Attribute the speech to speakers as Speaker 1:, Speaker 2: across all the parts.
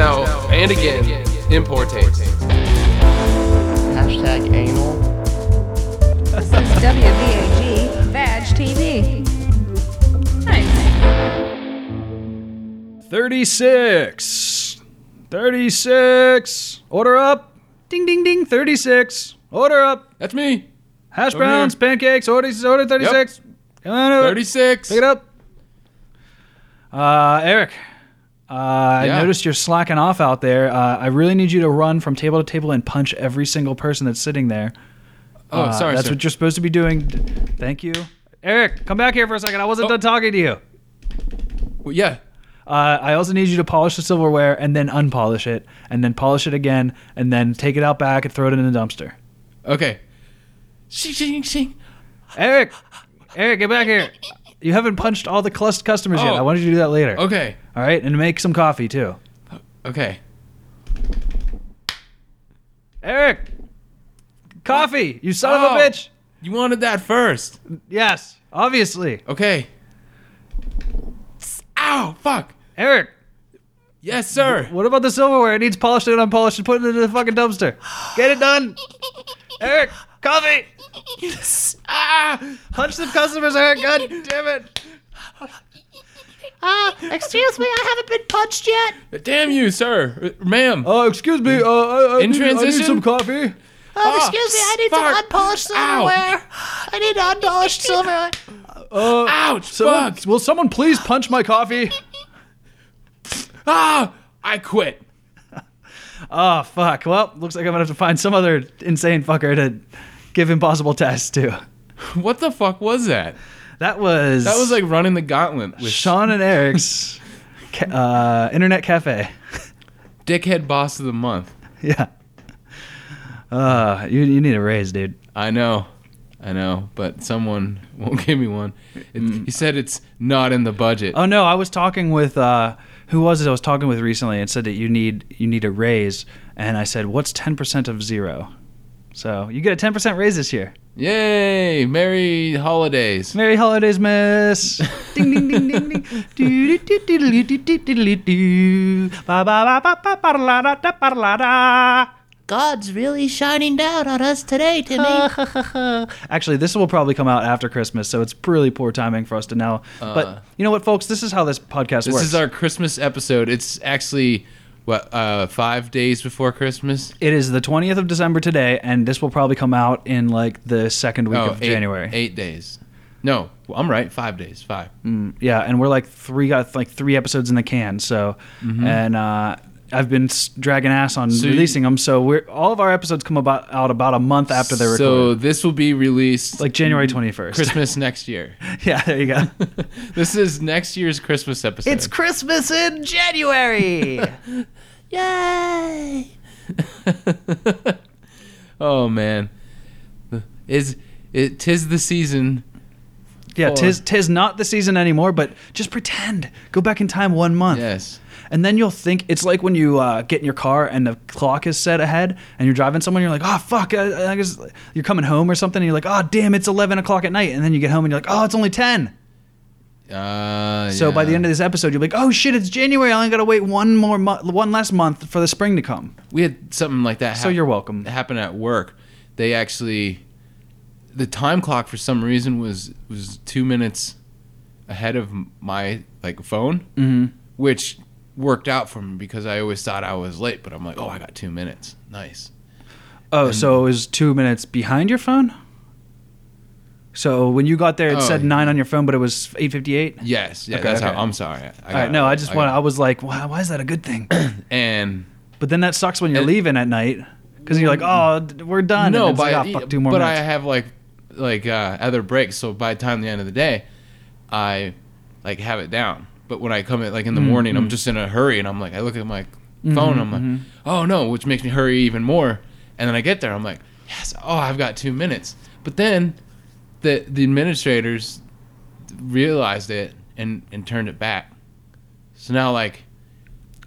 Speaker 1: and again, Importates.
Speaker 2: Hashtag anal.
Speaker 3: This is WVAG Vag TV. Nice.
Speaker 4: 36. 36. Order up. Ding, ding, ding. 36. Order up.
Speaker 1: That's me.
Speaker 4: Hash
Speaker 1: Over
Speaker 4: browns, pancakes, order, order 36. Come on over.
Speaker 1: 36.
Speaker 4: Pick it up. Uh, Eric, uh,
Speaker 1: Yeah.
Speaker 4: I noticed you're slacking off out there. Uh, I really need you to run from table to table and punch every single person that's sitting there.
Speaker 1: Oh,
Speaker 4: Uh,
Speaker 1: sorry.
Speaker 4: That's
Speaker 1: sir.
Speaker 4: what you're supposed to be doing. Thank you. Eric, come back here for a second. I wasn't
Speaker 1: Oh.
Speaker 4: done talking to you.
Speaker 1: Well, yeah.
Speaker 4: Uh, I also need you to polish the silverware and then unpolish it, and then polish it again, and then take it out back and throw it in the dumpster.
Speaker 1: Okay. Shing, shing, shing.
Speaker 4: Eric, Eric, get back here. You haven't punched all the clust customers yet.
Speaker 1: Oh.
Speaker 4: I wanted you to do that later.
Speaker 1: Okay.
Speaker 4: All right, and make some coffee too.
Speaker 1: Okay.
Speaker 4: Eric, coffee, you son of
Speaker 1: Oh.
Speaker 4: a bitch.
Speaker 1: You wanted that first.
Speaker 4: Yes, obviously.
Speaker 1: Okay. Ow! Fuck.
Speaker 4: Eric,
Speaker 1: Yes, sir.
Speaker 4: what about the silverware? It needs polished and unpolished and put it into the fucking dumpster. Get it done. Eric, coffee.
Speaker 1: Ah!
Speaker 4: Punch the customers, Eric. God damn it.
Speaker 2: Uh, Excuse me, I haven't been punched yet.
Speaker 1: Damn you, sir, Uh, ma'am.
Speaker 4: Uh, excuse me. Uh, I, I
Speaker 1: In
Speaker 4: need, I need
Speaker 1: transition?
Speaker 4: some coffee.
Speaker 2: Oh,
Speaker 1: Ah,
Speaker 2: excuse me, I need
Speaker 1: fuck.
Speaker 2: some unpolished
Speaker 1: Ow.
Speaker 2: silverware. I need unpolished silverware.
Speaker 1: Ouch!
Speaker 4: Someone-
Speaker 1: Fuck!
Speaker 4: Will someone please punch my coffee?
Speaker 1: Ah! I quit.
Speaker 4: Oh fuck. Well, looks like I'm gonna have to find some other insane fucker to give impossible tests to.
Speaker 1: What the fuck was that?
Speaker 4: That was
Speaker 1: That was like running the gauntlet with
Speaker 4: Sean and Eric's ca- uh, internet cafe.
Speaker 1: dickhead boss of the month.
Speaker 4: Yeah. Uh, you you need a raise, dude.
Speaker 1: I know, I know, but someone won't give me one. It, He said it's not in the budget.
Speaker 4: Mm. Oh no, I was talking with uh, who was it? I was talking with recently and said that you need you need a raise, and I said, what's ten percent of zero? So you get a ten percent raise this year.
Speaker 1: Yay! Merry holidays.
Speaker 4: Merry holidays, miss. ding ding ding ding ding. Do do do do do do do do. Ba ba ba ba ba ba la da da ba la da.
Speaker 2: God's really shining down on us today, Timmy.
Speaker 4: Actually, this will probably come out after Christmas, so it's really poor timing for us to know. but you know what, folks? This is how this podcast
Speaker 1: Uh. This
Speaker 4: works.
Speaker 1: is our Christmas episode. It's actually what uh, five days before Christmas.
Speaker 4: It is the 20th of December today, and this will probably come out in like the second week of
Speaker 1: Oh, eight-
Speaker 4: January.
Speaker 1: Eight days. No, I'm right. Five days. Five.
Speaker 4: Mm. Yeah, and we're like three got like three episodes in the can. So, and uh, I've been s- dragging ass on
Speaker 1: Mm-hmm. So you-
Speaker 4: releasing them. So we're all of our episodes come about out about a month after they're
Speaker 1: So
Speaker 4: recorded,
Speaker 1: this will be released
Speaker 4: like January 21st.
Speaker 1: Christmas next year.
Speaker 4: yeah, there you go.
Speaker 1: This is next year's Christmas episode.
Speaker 2: It's Christmas in January. Yay!
Speaker 1: oh man, is it tis the season?
Speaker 4: yeah,
Speaker 1: Or-
Speaker 4: tis tis not the season anymore, but just pretend. Go back in time one month.
Speaker 1: Yes.
Speaker 4: And then you'll think it's like when you uh, get in your car and the clock is set ahead, and you're driving somewhere. You're like, oh fuck, I, I guess you're coming home or something. And you're like, oh damn, it's eleven o'clock at night. And then you get home and you're like, oh, it's only ten.
Speaker 1: Uh,
Speaker 4: So by the end of this episode, you'll be like, oh shit, it's January. I only got to wait one more month, one less month for the spring to come.
Speaker 1: we had something like that.
Speaker 4: So you're welcome.
Speaker 1: Happen at work. They actually, the time clock for some reason was was two minutes ahead of m- my like phone,
Speaker 4: Mm-hmm.
Speaker 1: which worked out for me because I always thought I was late, but I'm like, oh, I got two minutes. Nice.
Speaker 4: Oh, so it was two minutes behind your phone. So when you got there, it
Speaker 1: Oh,
Speaker 4: said
Speaker 1: yeah.
Speaker 4: nine on your phone, but it was eight fifty-eight.
Speaker 1: Yes. Yeah.
Speaker 4: Okay,
Speaker 1: that's
Speaker 4: okay.
Speaker 1: how. I'm sorry. I
Speaker 4: All right,
Speaker 1: got-
Speaker 4: no, I just
Speaker 1: got-
Speaker 4: want. I was like, why, why is that a good thing?
Speaker 1: and
Speaker 4: but then that sucks when you're
Speaker 1: And-
Speaker 4: leaving at night because you're like, oh, d- we're done.
Speaker 1: no,
Speaker 4: and it's
Speaker 1: by,
Speaker 4: like, oh, fuck, two more
Speaker 1: but I
Speaker 4: minutes.
Speaker 1: have like like uh, other breaks, so by the time the end of the day, I like have it down. But when I come in like in
Speaker 4: Mm,
Speaker 1: the morning, I'm just in a hurry, and I'm like, I look at my
Speaker 4: Mm-hmm,
Speaker 1: phone, I'm like, oh no, which makes me hurry even more. And then I get there, I'm like, yes, oh, I've got two minutes. But then the the administrators realized it and and turned it back. So now like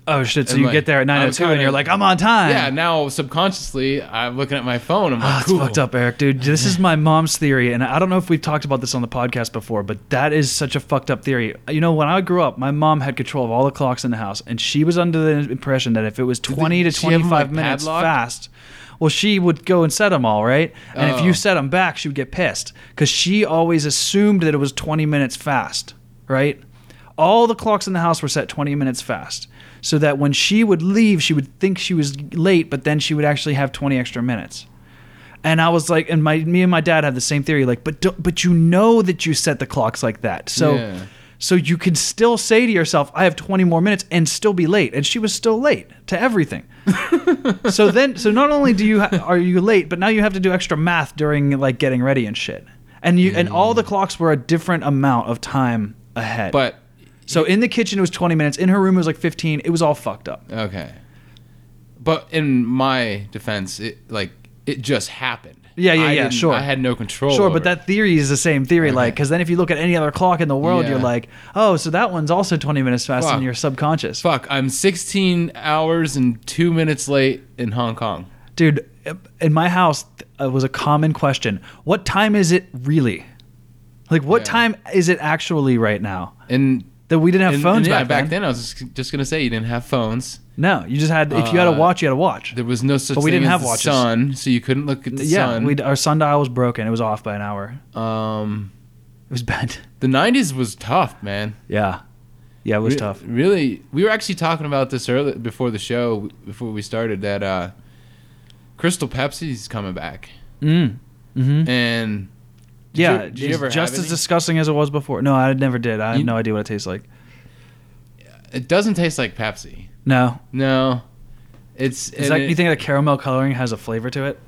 Speaker 4: Oh shit! So
Speaker 1: And,
Speaker 4: you
Speaker 1: like,
Speaker 4: get there at
Speaker 1: I'm
Speaker 4: 9:02 and
Speaker 1: kinda-
Speaker 4: you're like, I'm on time.
Speaker 1: Yeah, now subconsciously, I'm looking at my phone. I'm
Speaker 4: Oh,
Speaker 1: like,
Speaker 4: it's
Speaker 1: cool.
Speaker 4: fucked up, Eric, dude. This is my mom's theory, and I don't know if we've talked about this on the podcast before, but that is such a fucked up theory. You know, when I grew up, my mom had control of all the clocks in the house, and she was under the impression that if it was 20 to
Speaker 1: she have 'em,
Speaker 4: 25
Speaker 1: like,
Speaker 4: minutes
Speaker 1: padlocked?
Speaker 4: fast, well, she would go and set them all, right? And if
Speaker 1: Oh.
Speaker 4: you set them back, she would get pissed because she always assumed that it was 20 minutes fast, right? All the clocks in the house were set 20 minutes fast. So that when she would leave, she would think she was late, but then she would actually have 20 extra minutes. And I was like, and my me and my dad had the same theory, like, but don't, but you know that you set the clocks like that, so
Speaker 1: Yeah.
Speaker 4: so you can still say to yourself, I have 20 more minutes, and still be late. And she was still late to everything. so then, so not only do you ha- are you late, but now you have to do extra math during like getting ready and shit. And you and all the clocks were a different amount of time ahead.
Speaker 1: Mm. But
Speaker 4: so in the kitchen it was 20 minutes, in her room it was like 15. It was all fucked up.
Speaker 1: okay. But in my defense, it like it just happened.
Speaker 4: Yeah, yeah,
Speaker 1: I
Speaker 4: yeah,
Speaker 1: didn't-
Speaker 4: sure.
Speaker 1: I had no control.
Speaker 4: Sure,
Speaker 1: over
Speaker 4: but
Speaker 1: it.
Speaker 4: that theory is the same theory, like
Speaker 1: Okay.
Speaker 4: because then if you look at any other clock in the world, you're
Speaker 1: Yeah.
Speaker 4: like, oh, so that one's also 20 minutes faster
Speaker 1: Fuck.
Speaker 4: than your subconscious,
Speaker 1: fuck. I'm 16 hours and two minutes late in Hong Kong.
Speaker 4: dude. In my house, it was a common question: What time is it really? Like, what
Speaker 1: Yeah.
Speaker 4: time is it actually right now?
Speaker 1: And
Speaker 4: That we didn't have
Speaker 1: and-
Speaker 4: phones
Speaker 1: and yeah,
Speaker 4: back, then.
Speaker 1: I was just, just gonna say you didn't have phones.
Speaker 4: No, you just had if you had a
Speaker 1: Uh,
Speaker 4: watch, you had a watch.
Speaker 1: There was no such
Speaker 4: But we
Speaker 1: thing
Speaker 4: didn't
Speaker 1: as
Speaker 4: have
Speaker 1: the
Speaker 4: watches.
Speaker 1: sun, so you couldn't look at the
Speaker 4: Yeah,
Speaker 1: sun.
Speaker 4: we our sundial was broken. It was off by an hour.
Speaker 1: um,
Speaker 4: It was bent.
Speaker 1: the 90s was tough, man.
Speaker 4: Yeah, yeah, it was
Speaker 1: Re-
Speaker 4: tough.
Speaker 1: Really, we were actually talking about this earlier before the show, before we started. That uh, Crystal Pepsi's coming back,
Speaker 4: Mm. Mm-hmm.
Speaker 1: and did
Speaker 4: Yeah,
Speaker 1: you- did you
Speaker 4: it's
Speaker 1: ever
Speaker 4: just
Speaker 1: have
Speaker 4: as
Speaker 1: any?
Speaker 4: disgusting as it was before. No, I never did. I
Speaker 1: You-
Speaker 4: have no idea what it tastes like.
Speaker 1: it doesn't taste like Pepsi.
Speaker 4: No,
Speaker 1: No, it's
Speaker 4: is
Speaker 1: and
Speaker 4: that
Speaker 1: it-
Speaker 4: you think that caramel coloring has a flavor to it?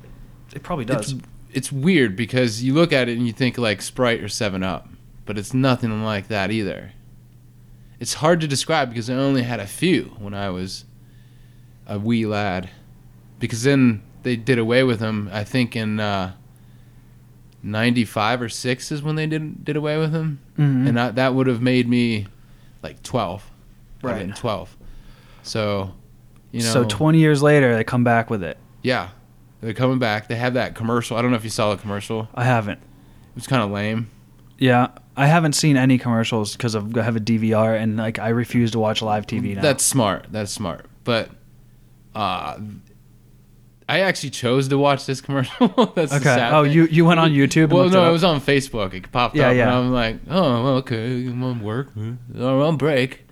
Speaker 4: It probably does.
Speaker 1: it's, it's weird because you look at it and you think like Sprite or Seven Up, but it's nothing like that either. It's hard to describe because I only had a few when I was a wee lad, because then they did away with them. I think in uh, '95 or '6 is when they did did away with them,
Speaker 4: Mhm.
Speaker 1: and I, that would have made me like 12. I'd have
Speaker 4: Right.
Speaker 1: been 12. So, you know.
Speaker 4: so 20 years later, they come back with it.
Speaker 1: Yeah. They're coming back. They have that commercial. I don't know if you saw the commercial.
Speaker 4: I haven't.
Speaker 1: It was kind of lame.
Speaker 4: Yeah, I haven't seen any commercials because I have a DVR and like I refuse to watch live TV now.
Speaker 1: That's smart. That's smart. But uh I actually chose to watch this commercial. That's the
Speaker 4: okay.
Speaker 1: sad
Speaker 4: Oh,
Speaker 1: thing.
Speaker 4: you you went on YouTube. and
Speaker 1: Well,
Speaker 4: looked
Speaker 1: no,
Speaker 4: it,
Speaker 1: it,
Speaker 4: up?
Speaker 1: was on Facebook. It popped
Speaker 4: Yeah,
Speaker 1: up, and
Speaker 4: yeah.
Speaker 1: I'm like, oh, well, okay, I'm on work, I'm on break.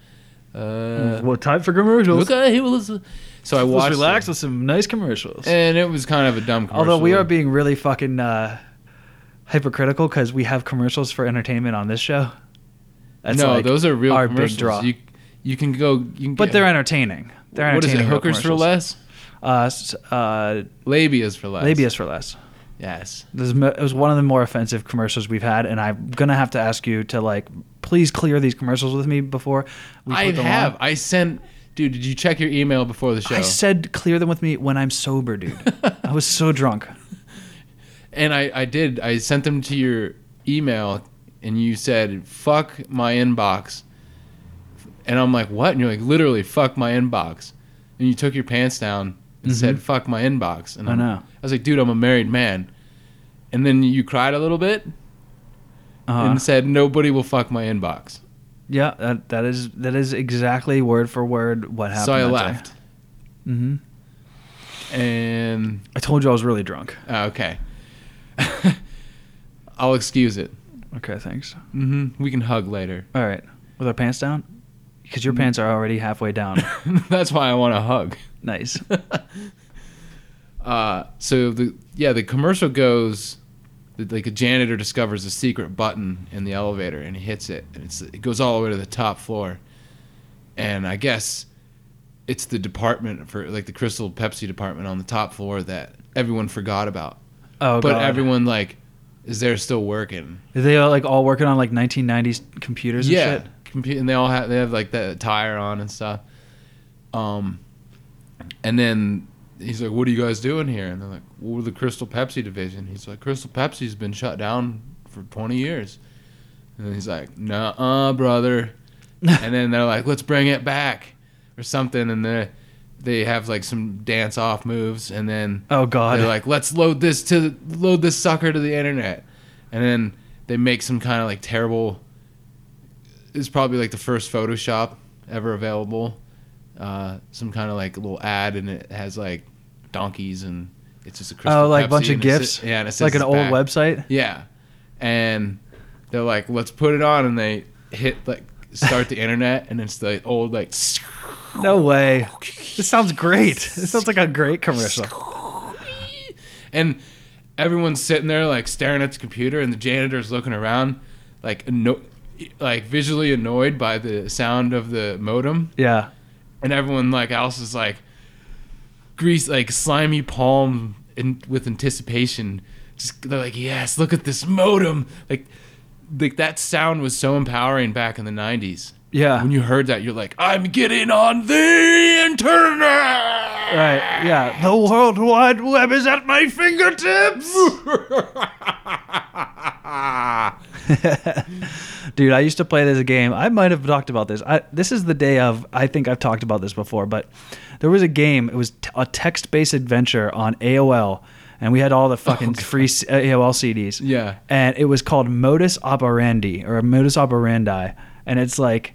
Speaker 1: Uh,
Speaker 4: well, time for commercials.
Speaker 1: okay, he was. So I
Speaker 4: Let's
Speaker 1: watched.
Speaker 4: relax
Speaker 1: it,
Speaker 4: with some nice commercials.
Speaker 1: and it was kind of a dumb commercial.
Speaker 4: Although we are being really fucking uh, hypocritical because we have commercials for entertainment on this show. That's
Speaker 1: no,
Speaker 4: like
Speaker 1: those are real
Speaker 4: our
Speaker 1: commercials.
Speaker 4: big draw.
Speaker 1: You, you can go. You can
Speaker 4: but
Speaker 1: get-
Speaker 4: they're entertaining. They're
Speaker 1: What is
Speaker 4: entertaining.
Speaker 1: it?
Speaker 4: real
Speaker 1: Hookers for
Speaker 4: commercials.
Speaker 1: less.
Speaker 4: Uh, s- uh,
Speaker 1: Labias for less.
Speaker 4: labias for less.
Speaker 1: Yes.
Speaker 4: This is mo- it was one of the more offensive commercials we've had, and I'm gonna have to ask you to like please clear these commercials with me before we
Speaker 1: I
Speaker 4: put them on.
Speaker 1: have. I sent. Dude, did you check your email before the show?
Speaker 4: I said clear them with me when I'm sober, dude. I was so drunk.
Speaker 1: and I, I did. I sent them to your email, and you said, fuck my inbox. And I'm like, what? And you're like, literally, fuck my inbox. And you took your pants down and said, fuck my inbox.
Speaker 4: Mm-hmm.
Speaker 1: And
Speaker 4: I
Speaker 1: I'm-
Speaker 4: know.
Speaker 1: I was like, dude, I'm a married man. And then you cried a little bit
Speaker 4: Uh,
Speaker 1: and said, nobody will fuck my inbox.
Speaker 4: yeah, that, that is that is exactly word for word what happened.
Speaker 1: So I
Speaker 4: that day.
Speaker 1: left.
Speaker 4: Mhm.
Speaker 1: And
Speaker 4: I told you I was really drunk.
Speaker 1: Oh, okay. I'll excuse it.
Speaker 4: Okay, thanks.
Speaker 1: hmm We can hug later.
Speaker 4: All right, with our pants down, because
Speaker 1: Mm-hmm.
Speaker 4: your pants are already halfway down.
Speaker 1: That's why I want a hug.
Speaker 4: nice.
Speaker 1: Uh, so the yeah, the commercial goes that, like a janitor discovers a secret button in the elevator and he hits it and it's, it goes all the way to the top floor. And I guess it's the department for like the Crystal Pepsi department on the top floor that everyone forgot about.
Speaker 4: Oh
Speaker 1: but
Speaker 4: god.
Speaker 1: everyone like is there still working.
Speaker 4: Are they all, like all working on like 1990s computers and
Speaker 1: yeah,
Speaker 4: shit?
Speaker 1: compu- and they all have they have like that tire on and stuff. Um, and then he's like, "What are you guys doing here?" And they're like, "We're the Crystal Pepsi division." He's like, "Crystal Pepsi's been shut down for 20 years." And then he's like, "Nuh-uh, brother." and then they're like, "Let's bring it back." or something, and they they have like some dance off moves, and then
Speaker 4: Oh God.
Speaker 1: they're like, let's load this to load this sucker to the internet, and then they make some kind of like terrible. It's probably like the first Photoshop ever available. Uh, some kind of like little ad, and it has like donkeys, and it's just a crystal
Speaker 4: oh, like a
Speaker 1: Pepsi,
Speaker 4: bunch of
Speaker 1: and it sa-
Speaker 4: gifts.
Speaker 1: yeah, and it
Speaker 4: it's
Speaker 1: says
Speaker 4: like an
Speaker 1: it's
Speaker 4: old
Speaker 1: back.
Speaker 4: website.
Speaker 1: Yeah, and they're like, let's put it on, and they hit like start the internet, and it's the old like
Speaker 4: No way. This sounds great. This sounds like a great commercial.
Speaker 1: and everyone's sitting there like staring at the computer and the janitor's looking around like anno- like visually annoyed by the sound of the modem
Speaker 4: Yeah.
Speaker 1: and everyone like else is like grease like slimy palm in, with anticipation just they're like yes look at this modem like like that sound was so empowering back in the 90s
Speaker 4: Yeah.
Speaker 1: when you heard that you're like i'm getting on the internet
Speaker 4: Right. Yeah. The World Wide Web is at my fingertips. Dude, I used to play this game. I might have talked about this. I, this is the day of. I think I've talked about this before, but there was a game. It was t- a text-based adventure on AOL, and we had all the fucking free C- AOL CDs.
Speaker 1: Oh, Yeah.
Speaker 4: and it was called modus operandi or modus operandi, and it's like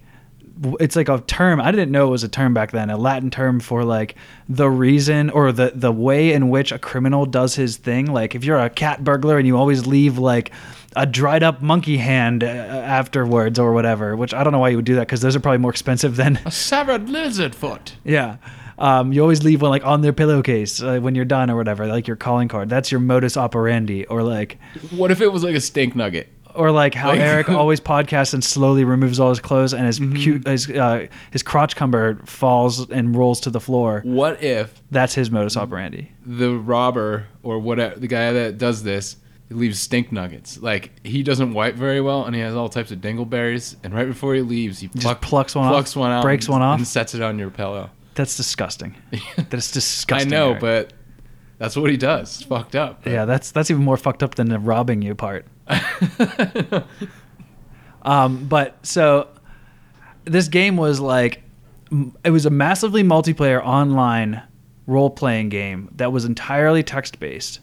Speaker 4: it's like a term i didn't know it was a term back then a latin term for like the reason or the the way in which a criminal does his thing like if you're a cat burglar and you always leave like a dried up monkey hand uh, afterwards or whatever which i don't know why you would do that because those are probably more expensive than
Speaker 1: a severed lizard foot
Speaker 4: yeah um, you always leave one like on their pillowcase uh, when you're done or whatever like your calling card that's your modus operandi or like
Speaker 1: What if it was like a stink nugget?
Speaker 4: or like how
Speaker 1: Like-
Speaker 4: Eric always podcasts and slowly removes all his clothes and his
Speaker 1: Mm-hmm.
Speaker 4: cute his uh, his crotch cumber falls and rolls to the floor.
Speaker 1: What if
Speaker 4: That's his modus
Speaker 1: Mm-hmm.
Speaker 4: operandi.
Speaker 1: the robber or whatever the guy that does this leaves stink nuggets? Like he doesn't wipe very well, and he has all types of dingleberries. And right before he leaves, he pluck-
Speaker 4: plucks one off,
Speaker 1: plucks one out,
Speaker 4: breaks
Speaker 1: and-
Speaker 4: one off.
Speaker 1: and sets it on your pillow.
Speaker 4: That's disgusting. That's
Speaker 1: I
Speaker 4: disgusting.
Speaker 1: know,
Speaker 4: Eric.
Speaker 1: but that's what he does. It's fucked up.
Speaker 4: yeah, that's that's even more fucked up than the robbing you part. um, but so this game was like m- it was a massively multiplayer online role playing game that was entirely text based,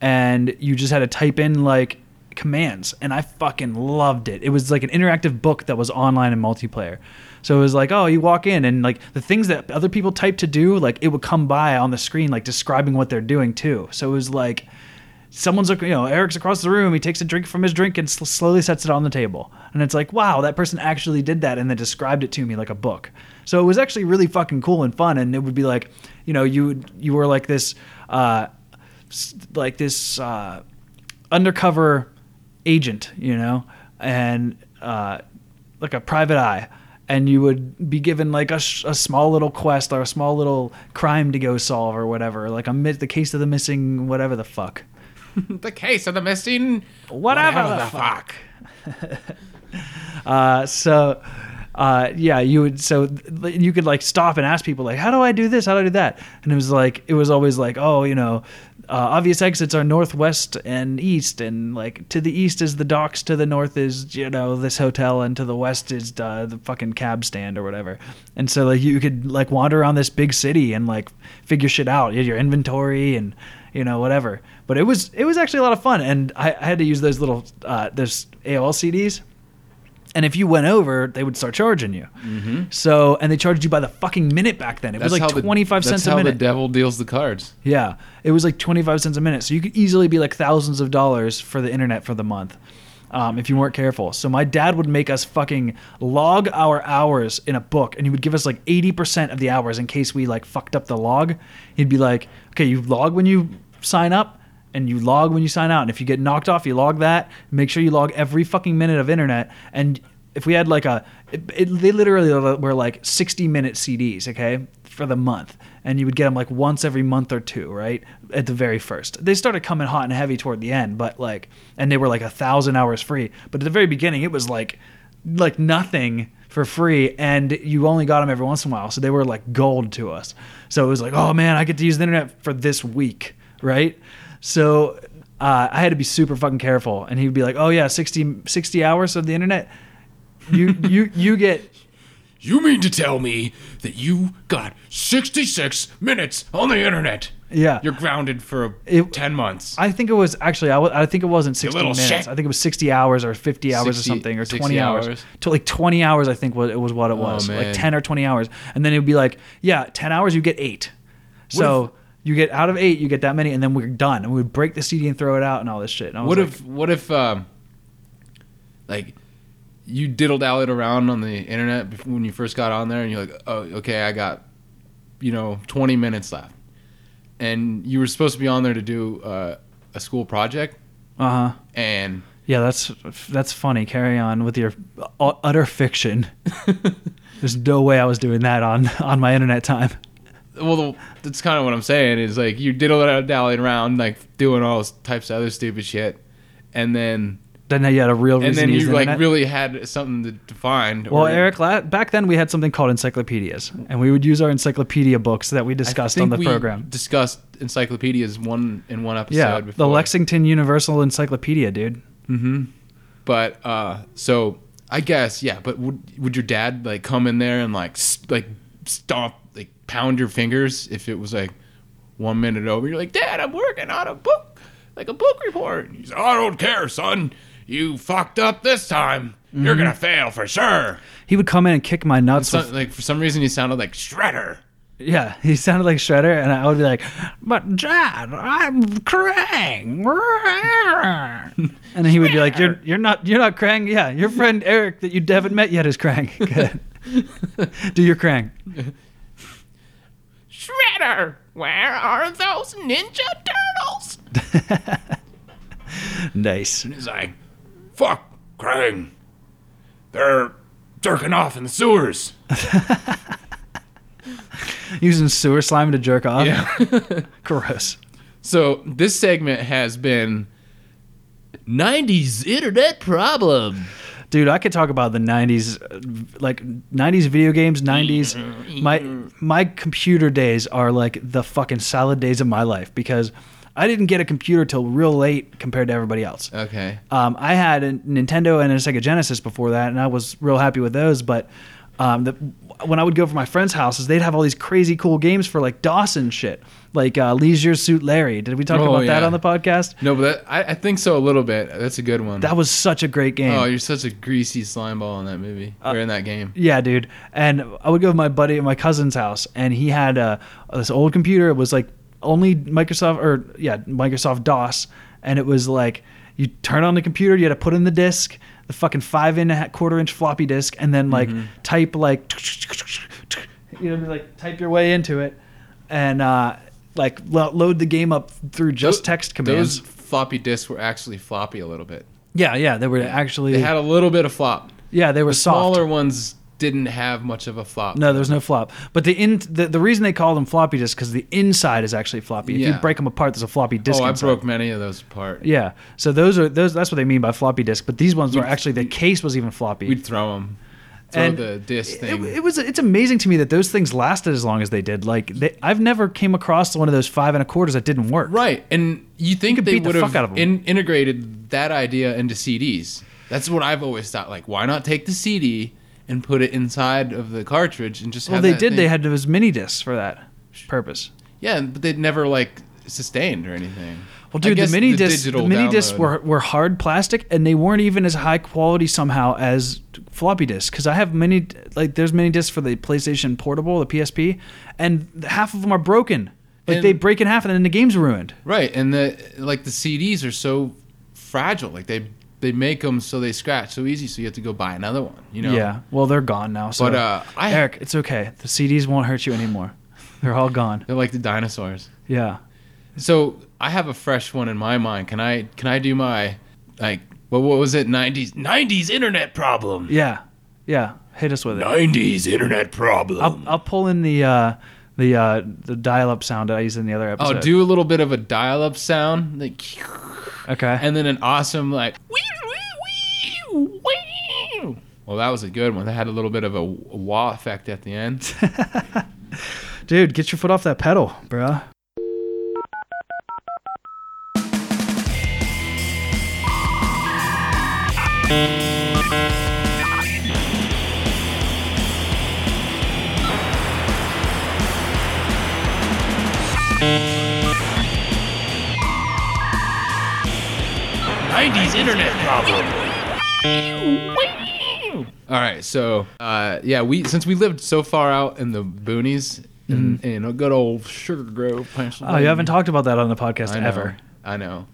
Speaker 4: and you just had to type in like commands, and I fucking loved it. It was like an interactive book that was online and multiplayer. So it was like, oh, you walk in and like the things that other people type to do, like it would come by on the screen, like describing what they're doing too. So it was like someone's you know eric's across the room he takes a drink from his drink and sl- slowly sets it on the table and it's like wow that person actually did that and then described it to me like a book so it was actually really fucking cool and fun and it would be like you know you would you were like this uh s- like this uh undercover agent you know and uh like a private eye and you would be given like a, sh- a small little quest or a small little crime to go solve or whatever like a mi- the case of the missing whatever the fuck
Speaker 1: The case of the missing.
Speaker 4: whatever,
Speaker 1: Whatever
Speaker 4: the,
Speaker 1: the
Speaker 4: fuck. uh, so, uh, yeah, you would. So th- you could like stop and ask people like, "How do I do this? How do I do that?" And it was like it was always like, "Oh, you know, uh, obvious exits are northwest and east, and like to the east is the docks, to the north is you know this hotel, and to the west is uh, the fucking cab stand or whatever." And so like you could like wander around this big city and like figure shit out, You had your inventory and you know whatever but it was it was actually a lot of fun and i, I had to use those little uh, those aol cds and if you went over they would start charging you mm-hmm. so and they charged you by the fucking minute back then it was like
Speaker 1: how the-
Speaker 4: 25
Speaker 1: that's
Speaker 4: cents
Speaker 1: how
Speaker 4: a minute
Speaker 1: the devil deals the cards.
Speaker 4: yeah, it was like twenty five cents a minute, so you could easily be like thousands of dollars for the internet for the month, um, if you weren't careful. So my dad would make us fucking log our hours in a book, and he would give us like eighty percent of the hours in case we like fucked up the log. He'd be like, "Okay, you log when you sign up." And you log when you sign out. And if you get knocked off, you log that. Make sure you log every fucking minute of internet. And if we had like a, it, it, they literally were like 60 minute CDs, okay, for the month. And you would get them like once every month or two, right? At the very first. They started coming hot and heavy toward the end, but like, and they were like a thousand hours free. But at the very beginning, it was like, like nothing for free. And you only got them every once in a while. So they were like gold to us. So it was like, oh man, I get to use the internet for this week, right? So uh, I had to be super fucking careful. And he would be like, oh yeah, 60, 60 hours of the internet you you you get
Speaker 1: You mean to tell me that you got 66 minutes on the internet?
Speaker 4: Yeah.
Speaker 1: You're grounded for
Speaker 4: It-
Speaker 1: 10 months.
Speaker 4: I think it was actually I, wa- I think it wasn't 60
Speaker 1: little
Speaker 4: minutes.
Speaker 1: shit.
Speaker 4: I think it was 60 hours or 50 hours
Speaker 1: 60
Speaker 4: or something or
Speaker 1: 60
Speaker 4: 20 hours.
Speaker 1: hours. Oh,
Speaker 4: To like 20 hours I think what it was what it was.
Speaker 1: man.
Speaker 4: like 10 or 20 hours. And then it would be like, yeah, 10 hours you get 8. so you get out of 8 you get that many and then we're done. And we would break the CD and throw it out and all this shit. And I was
Speaker 1: what
Speaker 4: like,
Speaker 1: if, what if, um, like, you diddle dalled around on the internet bef- when you first got on there and you're like, oh, okay, I got, you know, 20 minutes left. And you were supposed to be on there to do uh, a school project
Speaker 4: uh-huh.
Speaker 1: and
Speaker 4: Yeah, that's that's funny. Carry on with your u- utter fiction. There's no way I was doing that on on my internet time.
Speaker 1: well, the, that's kind of what I'm saying is like you diddle it dallying around, like doing all types of other stupid shit, and then
Speaker 4: Then you had a real reason
Speaker 1: and then
Speaker 4: to use
Speaker 1: you
Speaker 4: the
Speaker 1: like
Speaker 4: internet.
Speaker 1: really had something to define.
Speaker 4: Well, Eric, la- back then we had something called encyclopedias, and we would use our encyclopedia books that we discussed on the program.
Speaker 1: discussed encyclopedias one in one episode.
Speaker 4: Yeah,
Speaker 1: before.
Speaker 4: the Lexington Universal Encyclopedia, dude.
Speaker 1: But uh, so I guess yeah. But would would your dad like come in there and like s- like stomp like pound your fingers if it was like one minute over? You're like, Dad, I'm working on a book, like a book report. And he's like, I don't care, son. You fucked up this time. You're
Speaker 4: Mm-hmm.
Speaker 1: gonna fail for sure.
Speaker 4: He would come in and kick my nuts.
Speaker 1: So,
Speaker 4: with,
Speaker 1: like for some reason, you sounded like Shredder.
Speaker 4: yeah, he sounded like Shredder, and I would be like, "But Dad, I'm Krang." and he would be like, "You're you're not you're not Krang. Yeah, your friend Eric that you haven't met yet is Krang. Good. Do your Krang."
Speaker 2: Shredder, where are those Ninja Turtles?
Speaker 4: Nice.
Speaker 1: He's like, fuck, Krang. They're jerking off in the sewers.
Speaker 4: Using sewer slime to jerk off.
Speaker 1: Yeah.
Speaker 4: Gross.
Speaker 1: So this segment has been 90s internet problem.
Speaker 4: Dude, I could talk about the '90s, uh, v- like '90s video games. '90s,
Speaker 1: Mm-hmm.
Speaker 4: my my computer days are like the fucking solid days of my life because I didn't get a computer till real late compared to everybody else.
Speaker 1: Okay.
Speaker 4: Um, I had a Nintendo and a Sega Genesis before that, and I was real happy with those. But um, the, when I would go for my friends' houses, they'd have all these crazy cool games for like Dawson shit, like uh, Leisure Suit Larry. Did we talk
Speaker 1: Oh,
Speaker 4: about that
Speaker 1: yeah.
Speaker 4: on the podcast?
Speaker 1: No, but that, I, I think so a little bit. That's a good one.
Speaker 4: That was such a great game.
Speaker 1: oh, you're such a greasy slime ball in that movie
Speaker 4: Uh,
Speaker 1: or in that game.
Speaker 4: Yeah, dude. And I would go to my buddy at my cousin's house, and he had uh, this old computer. It was like only Microsoft or yeah, Microsoft DOS, and it was like you turn on the computer, you had to put in the disk, the fucking five and a ha- quarter inch floppy disk, and then like
Speaker 1: Mm-hmm.
Speaker 4: type like you know like type your way into it, and uh, like lo- load the game up through just
Speaker 1: Tho-
Speaker 4: text commands.
Speaker 1: Those floppy discs were actually floppy a little bit.
Speaker 4: yeah, yeah, they were actually
Speaker 1: They had a little bit of flop.
Speaker 4: yeah they were soft.
Speaker 1: Smaller ones didn't have much of a flop.
Speaker 4: No, there's no flop. But the in the, the reason they call them floppy disks because the inside is actually floppy. If
Speaker 1: Yeah.
Speaker 4: you break them apart, there's a floppy disk.
Speaker 1: oh, I
Speaker 4: inside.
Speaker 1: broke many of those apart.
Speaker 4: Yeah, so those are those. That's what they mean by floppy disk. But these ones were actually the case was even floppy.
Speaker 1: We'd throw them. Throw
Speaker 4: And
Speaker 1: the disc
Speaker 4: it,
Speaker 1: thing.
Speaker 4: it was it's amazing to me that those things lasted as long as they did. Like they, I've never came across one of those five and a quarters that didn't work.
Speaker 1: Right, and you think
Speaker 4: could
Speaker 1: they
Speaker 4: beat the
Speaker 1: would
Speaker 4: fuck out of
Speaker 1: have
Speaker 4: 'em.
Speaker 1: in, integrated that idea into CDs? That's what I've always thought. Like, why not take the CD and put it inside of the cartridge and just?
Speaker 4: Well,
Speaker 1: have
Speaker 4: they
Speaker 1: that
Speaker 4: did. They
Speaker 1: thing-
Speaker 4: had those mini discs for that purpose.
Speaker 1: yeah, but they never like sustained or anything.
Speaker 4: Well,
Speaker 1: I
Speaker 4: dude, the
Speaker 1: guess
Speaker 4: mini discs, the
Speaker 1: digital
Speaker 4: mini discs
Speaker 1: download-
Speaker 4: were, were hard plastic, and they weren't even as high quality somehow as floppy disks. Because I have many, like, there's mini discs for the PlayStation Portable, the PSP, and half of them are broken. Like
Speaker 1: And-
Speaker 4: they break in half, and then the game's ruined.
Speaker 1: right, and the like the CDs are so fragile. Like they they make them so they scratch so easy, so you have to go buy another one. You know?
Speaker 4: Yeah. Well, they're gone now. So,
Speaker 1: But, uh, I-
Speaker 4: Eric, it's okay. The CDs won't hurt you anymore. They're all gone.
Speaker 1: they're like the dinosaurs.
Speaker 4: Yeah.
Speaker 1: So I have a fresh one in my mind. Can I can I do my like what what was it? Nineties nineties internet problem.
Speaker 4: Yeah. Yeah. Hit us with it.
Speaker 1: Nineties internet problem.
Speaker 4: I'll, I'll pull in the uh, the uh, the dial-up sound that I used in the other
Speaker 1: I'll
Speaker 4: episode.
Speaker 1: do a little bit of a dial up sound, like
Speaker 4: Okay.
Speaker 1: and then an awesome like Well that was a good one. That had a little bit of a wah effect at the end.
Speaker 4: Dude, get your foot off that pedal, bruh.
Speaker 1: 90s internet problem. All right, so uh, yeah, we since we lived so far out in the boonies in, in a good old Sugar Grove, Pennsylvania.
Speaker 4: Mm-hmm. Oh, you haven't talked about that on the podcast
Speaker 1: I know,
Speaker 4: ever.
Speaker 1: I know.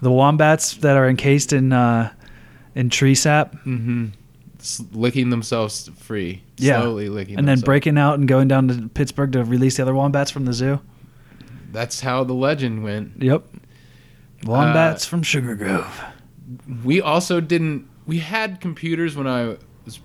Speaker 4: The wombats that are encased in uh, in tree sap,
Speaker 1: S- licking themselves free,
Speaker 4: Yeah.
Speaker 1: slowly licking,
Speaker 4: and then
Speaker 1: themselves.
Speaker 4: breaking out and going down to Pittsburgh to release the other wombats from the zoo.
Speaker 1: That's how the legend went.
Speaker 4: Yep. Wombats from Sugar Grove.
Speaker 1: We also didn't. We had computers when I was,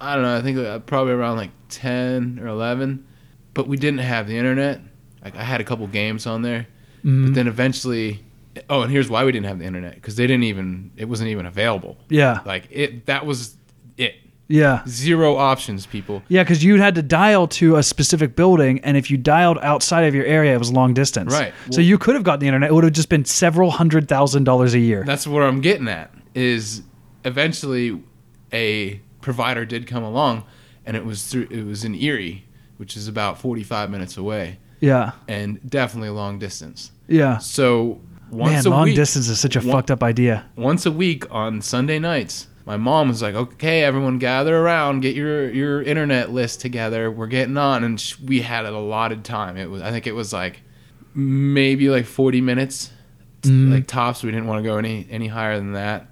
Speaker 1: I don't know. I think uh, probably around like ten or eleven, but we didn't have the internet. Like I had a couple games on there, but then eventually. Oh, and here's why we didn't have the internet because they didn't even. It wasn't even available.
Speaker 4: Yeah.
Speaker 1: Like it. That was it.
Speaker 4: Yeah.
Speaker 1: Zero options, people.
Speaker 4: Yeah, because you had to dial to a specific building, and if you dialed outside of your area, it was long distance.
Speaker 1: Right.
Speaker 4: so you could have gotten the internet. It would have just been several hundred thousand dollars a year.
Speaker 1: That's what I'm getting at. Is eventually a provider did come along, and it was through. It was in Erie, which is about 45 minutes away,
Speaker 4: yeah.
Speaker 1: and definitely long distance.
Speaker 4: Yeah.
Speaker 1: So once
Speaker 4: Man,
Speaker 1: a
Speaker 4: long
Speaker 1: week,
Speaker 4: distance is such a
Speaker 1: One-
Speaker 4: fucked up idea.
Speaker 1: once a week on Sunday nights, my mom was like, "Okay, everyone, gather around, get your your internet list together. We're getting on." And sh- we had an allotted time. It was, I think, it was like maybe like 40 minutes, t-
Speaker 4: Mm.
Speaker 1: like tops. We didn't want to go any any higher than that,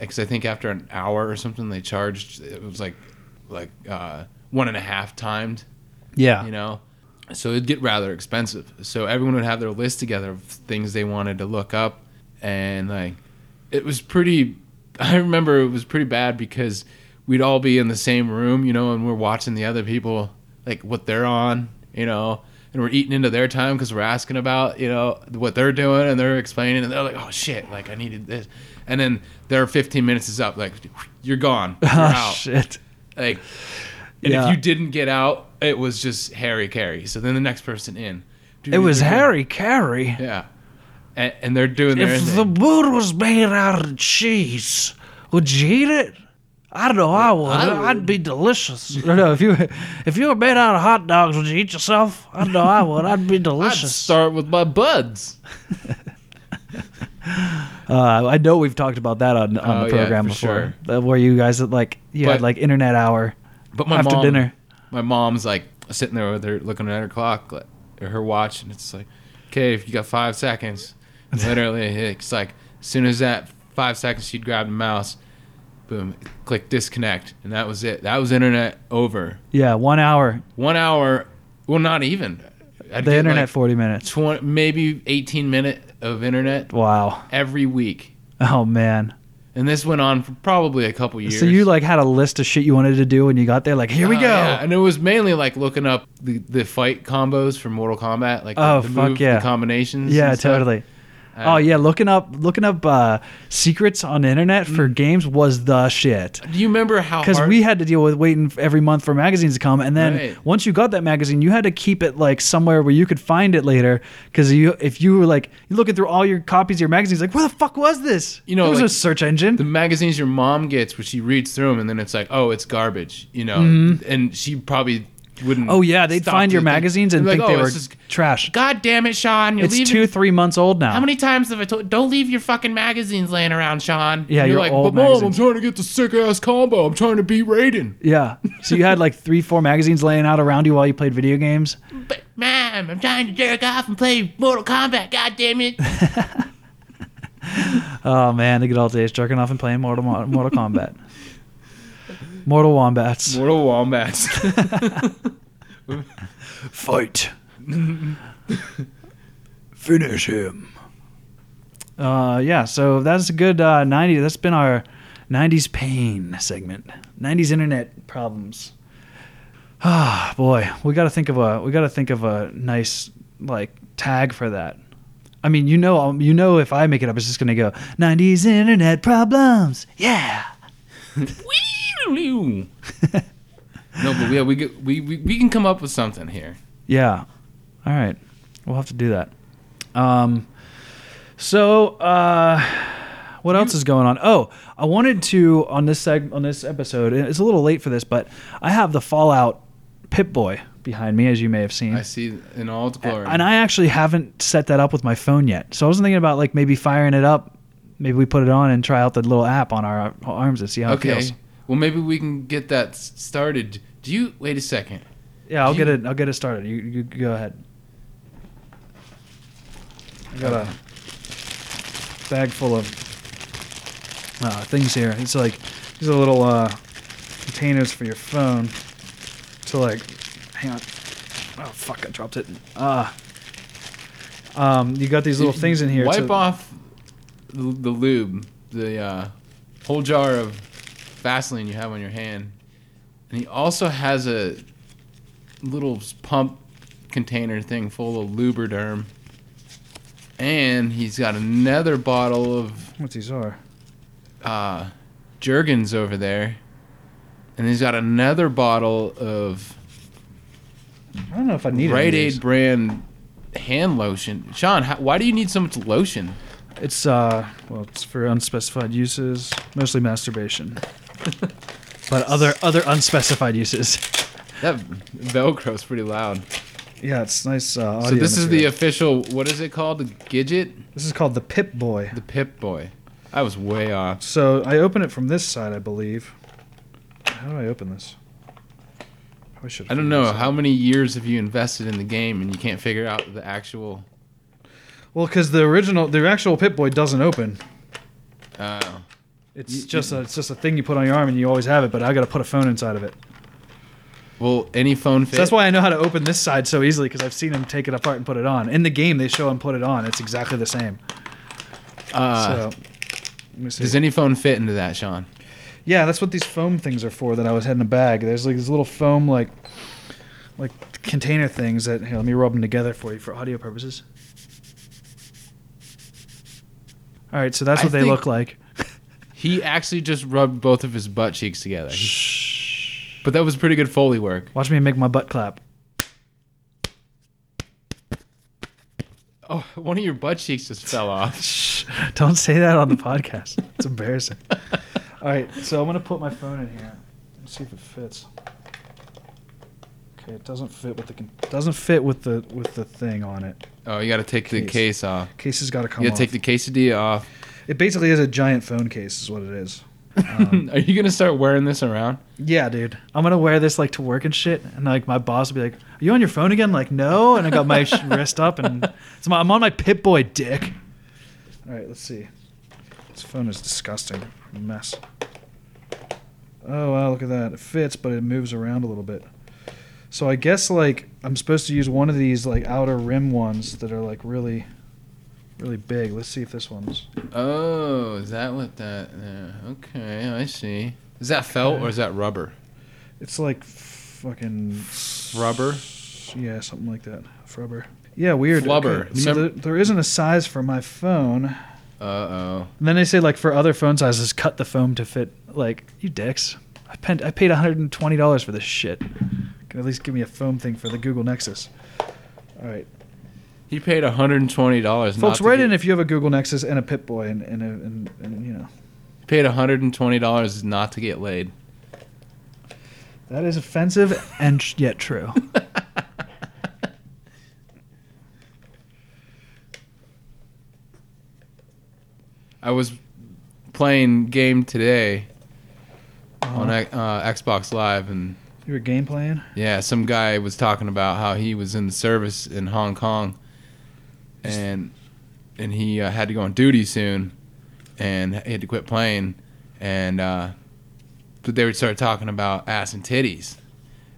Speaker 1: because I think after an hour or something, they charged. It was like like uh, one and a half timed
Speaker 4: Yeah.
Speaker 1: you know so it'd get rather expensive so everyone would have their list together of things they wanted to look up and like it was pretty i remember it was pretty bad because we'd all be in the same room you know and we're watching the other people like what they're on you know and we're eating into their time because we're asking about you know what they're doing and they're explaining and they're like oh shit like i needed this and then their 15 minutes is up like you're gone you're
Speaker 4: Oh,
Speaker 1: out
Speaker 4: shit.
Speaker 1: like, and
Speaker 4: Yeah.
Speaker 1: if you didn't get out, it was just Harry Carey. So then the next person in.
Speaker 4: It was Harry Carey.
Speaker 1: Yeah. And, and they're doing their
Speaker 4: If the
Speaker 1: thing.
Speaker 4: boot was made out of cheese, would you eat it? I don't know. I would. I would be delicious. no, no. If you if you were made out of hot dogs, would you eat yourself? I know. I would. I'd be
Speaker 1: I'd
Speaker 4: delicious.
Speaker 1: start with my buds.
Speaker 4: Uh, I know we've talked about that on, on
Speaker 1: Oh,
Speaker 4: the
Speaker 1: yeah,
Speaker 4: program
Speaker 1: for
Speaker 4: before, uh, where you guys had, like you had
Speaker 1: But-
Speaker 4: like internet hour
Speaker 1: But my
Speaker 4: after
Speaker 1: mom,
Speaker 4: dinner.
Speaker 1: my mom's like sitting there with her looking at her clock, like, or her watch, and it's like, okay, if you got five seconds, literally, it's like, as soon as that five seconds, she'd grab the mouse, boom, click disconnect, and that was it. That was internet over.
Speaker 4: Yeah, one hour.
Speaker 1: One hour, well, not even. I'd
Speaker 4: The
Speaker 1: get,
Speaker 4: internet
Speaker 1: like,
Speaker 4: forty minutes.
Speaker 1: 20, maybe 18 minute of internet
Speaker 4: Wow.
Speaker 1: every week.
Speaker 4: Oh man.
Speaker 1: And this went on for probably a couple years.
Speaker 4: So you like had a list of shit you wanted to do when you got there. Like here we
Speaker 1: Uh,
Speaker 4: go.
Speaker 1: yeah, And it was mainly like looking up the, the fight combos from Mortal Kombat, like
Speaker 4: Oh,
Speaker 1: the,
Speaker 4: fuck yeah.
Speaker 1: the combinations. and
Speaker 4: Yeah,
Speaker 1: stuff. Uh,
Speaker 4: totally. oh yeah, looking up looking up uh, secrets on the internet for
Speaker 1: Mm.
Speaker 4: games was the shit.
Speaker 1: Do you remember how
Speaker 4: Because
Speaker 1: hard
Speaker 4: we had to deal with waiting f- every month for magazines to come, and then
Speaker 1: Right.
Speaker 4: once you got that magazine, you had to keep it like somewhere where you could find it later. Because you, if you were like you're looking through all your copies of your magazines, like where the fuck was this?
Speaker 1: You know,
Speaker 4: there was no
Speaker 1: like,
Speaker 4: search engine.
Speaker 1: the magazines your mom gets, where she reads through them and then it's like, oh, it's garbage, you know? And she probably wouldn't.
Speaker 4: Mm-hmm. oh yeah, they'd
Speaker 1: stop
Speaker 4: find
Speaker 1: to
Speaker 4: your
Speaker 1: think-
Speaker 4: magazines and
Speaker 1: like,
Speaker 4: think
Speaker 1: oh,
Speaker 4: they were
Speaker 1: it's just-
Speaker 4: trash.
Speaker 1: God damn it, Sean! You're
Speaker 4: It's
Speaker 1: leaving
Speaker 4: two, three months old now.
Speaker 1: How many times have I told? Don't leave your fucking magazines laying around, Sean.
Speaker 4: Yeah,
Speaker 1: And
Speaker 4: your
Speaker 1: like,
Speaker 4: old
Speaker 1: but mom, I'm
Speaker 4: magazines."
Speaker 1: trying to get the sick ass combo. I'm trying to beat Raiden.
Speaker 4: Yeah. So you had like three, four magazines laying out around you while you played video games.
Speaker 2: But, ma'am, I'm trying to jerk off and play Mortal Kombat, God damn it!
Speaker 4: Oh man, the good old days jerking off and playing Mortal Mo- Mortal Kombat. Mortal Wombats.
Speaker 1: Mortal Wombats.
Speaker 4: Fight. Finish him. Uh yeah, so that's a good uh 90 that's been our 90s pain segment. 90s internet problems. Ah, boy. We got to think of a we got to think of a nice like tag for that. I mean, you know, um, you know, if I make it up, it's just gonna go '90s internet problems. Yeah,
Speaker 1: no, but yeah, we, get, we we we can come up with something here.
Speaker 4: yeah. All right, we'll have to do that. Um, so uh, what else is going on? Oh, I wanted to on this seg on this episode. and It's a little late for this, but I have the Fallout Pip Boy behind me, as you may have seen.
Speaker 1: I see in all
Speaker 4: Uh,
Speaker 1: its glory.
Speaker 4: And I actually haven't set that up with my phone yet. So I wasn't thinking about like maybe firing it up,
Speaker 5: Maybe we put it on and try out the little app on our arms and see how it
Speaker 1: Okay.
Speaker 5: feels.
Speaker 1: Well, maybe we can get that s- started. Do you wait a second?
Speaker 5: Yeah, I'll
Speaker 1: Do
Speaker 5: get
Speaker 1: you-
Speaker 5: it. I'll get it started. You, you go ahead. I got a bag full of uh, things here. It's like these are little uh, containers for your phone to like. Hang on. Oh fuck! I dropped it. Uh, um, you got these little things in here.
Speaker 1: Wipe
Speaker 5: to-
Speaker 1: off the, the lube, the uh, whole jar of Vaseline you have on your hand, and he also has a little s- pump container thing full of Lubriderm, and he's got another bottle of
Speaker 5: What these are?
Speaker 1: uh, Jergens over there, and he's got another bottle of
Speaker 5: I don't know if I need
Speaker 1: Rite
Speaker 5: it.
Speaker 1: Aid brand hand lotion. Sean, how, why do you need so much lotion?
Speaker 5: It's uh, well, it's for unspecified uses, mostly masturbation, but other other unspecified uses.
Speaker 1: That Velcro's pretty loud.
Speaker 5: Yeah, it's nice. Uh,
Speaker 1: So
Speaker 5: audio
Speaker 1: this is the
Speaker 5: material.
Speaker 1: official. What is it called? The Gidget,
Speaker 5: this is called the Pip Boy.
Speaker 1: the Pip Boy. I was way off.
Speaker 5: So I open it from this side, I believe. How do I open this? Probably should.
Speaker 1: I don't know how many years have you invested in the game and you can't figure out the actual.
Speaker 5: Well, because the original, the actual Pip Boy doesn't open.
Speaker 1: Uh,
Speaker 5: It's
Speaker 1: You-
Speaker 5: just a, it's just a thing you put on your arm and you always have it. But I got to put a phone inside of it.
Speaker 1: well, any phone fit.
Speaker 5: So that's why I know how to open this side so easily because I've seen him take it apart and put it on. In the game, they show him put it on. It's exactly the same.
Speaker 1: Uh,
Speaker 5: so let me see.
Speaker 1: does any phone fit into that, Sean?
Speaker 5: Yeah, that's what these foam things are for that I was had in a bag. There's like these little foam like like container things that here, let me rub them together for you for audio purposes. All right, so that's
Speaker 1: I
Speaker 5: what they
Speaker 1: think-
Speaker 5: look like.
Speaker 1: He actually just rubbed both of his butt cheeks together. He- But that was pretty good foley work.
Speaker 5: Watch me make my butt clap.
Speaker 1: Oh, one of your butt cheeks just fell off.
Speaker 5: Shh, don't say that on the podcast. It's embarrassing. All right, so I'm gonna put my phone in here and see if it fits. Okay, it doesn't fit with the con- doesn't fit with the with the thing on it.
Speaker 1: Oh, you got to take the
Speaker 5: Case.
Speaker 1: case off.
Speaker 5: Case has got to come
Speaker 1: You got
Speaker 5: off.
Speaker 1: to take the quesadilla off.
Speaker 5: It basically is a giant phone case, is what it is.
Speaker 1: Are you gonna start wearing this around?
Speaker 5: Yeah, dude. I'm gonna wear this like to work and shit, and like my boss will be like, "Are you on your phone again?" Like, no. And I got my sh- wrist up, and it's my, I'm on my Pip Boy dick. All right, let's see. This phone is disgusting. Mess. Oh wow, look at that. It fits, but it moves around a little bit. So I guess like I'm supposed to use one of these like outer rim ones that are like really, really big. Let's see if this one's.
Speaker 1: Oh, is that what that? yeah, okay, I see. Is that felt or is that rubber?
Speaker 5: It's like fucking
Speaker 1: Rubber.
Speaker 5: Yeah, something like that. Flubber. Yeah, weird.
Speaker 1: Flubber.
Speaker 5: Okay, So
Speaker 1: Remember-
Speaker 5: there, there isn't a size for my phone. And
Speaker 1: Uh oh.
Speaker 5: then they say like for other phone sizes, cut the foam to fit. Like you dicks. I paid I paid 120 dollars for this shit. Can at least give me a foam thing for the Google Nexus. All right,
Speaker 1: He paid hundred and twenty dollars.
Speaker 5: folks, write in if you have a Google Nexus and a Pip Boy and and, a, and and you know
Speaker 1: paid hundred and twenty dollars not to get laid.
Speaker 5: that is offensive and sh- yet true.
Speaker 1: I was playing game today
Speaker 5: Uh-huh.
Speaker 1: on uh, Xbox Live, and
Speaker 5: You were game playing.
Speaker 1: yeah, some guy was talking about how he was in the service in Hong Kong, and and he uh, had to go on duty soon, and he had to quit playing, and uh, but they would start talking about ass and titties.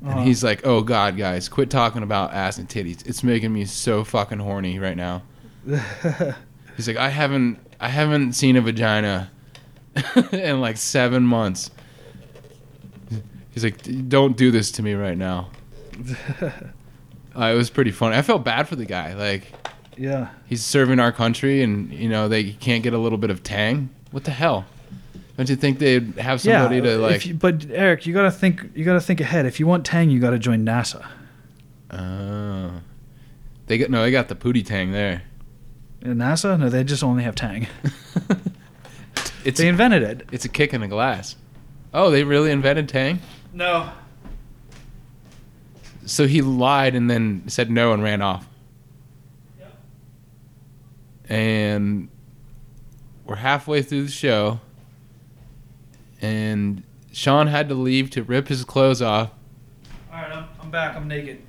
Speaker 5: Uh-huh.
Speaker 1: And he's like, "Oh God, guys, quit talking about ass and titties. It's making me so fucking horny right now." He's like, "I haven't, I haven't seen a vagina in like seven months." He's like, "Don't do this to me right now." uh, it was pretty funny. I felt bad for the guy. Like,
Speaker 5: yeah.
Speaker 1: he's serving our country, and you know they can't get a little bit of tang. What the hell? Don't you think they'd have somebody to
Speaker 5: if
Speaker 1: like?
Speaker 5: you- but Eric, you gotta think. You gotta think ahead. If you want Tang, you gotta join NASA.
Speaker 1: Oh. They got no, they got the pootie tang there.
Speaker 5: In NASA? No, they just only have Tang.
Speaker 1: It's
Speaker 5: They invented it.
Speaker 1: it's a kick in the glass. Oh, they really invented tang?
Speaker 5: No.
Speaker 1: So he lied and then said no and ran off. And we're halfway through the show, and Sean had to leave to rip his clothes off.
Speaker 5: All right, I'm, I'm back. I'm naked.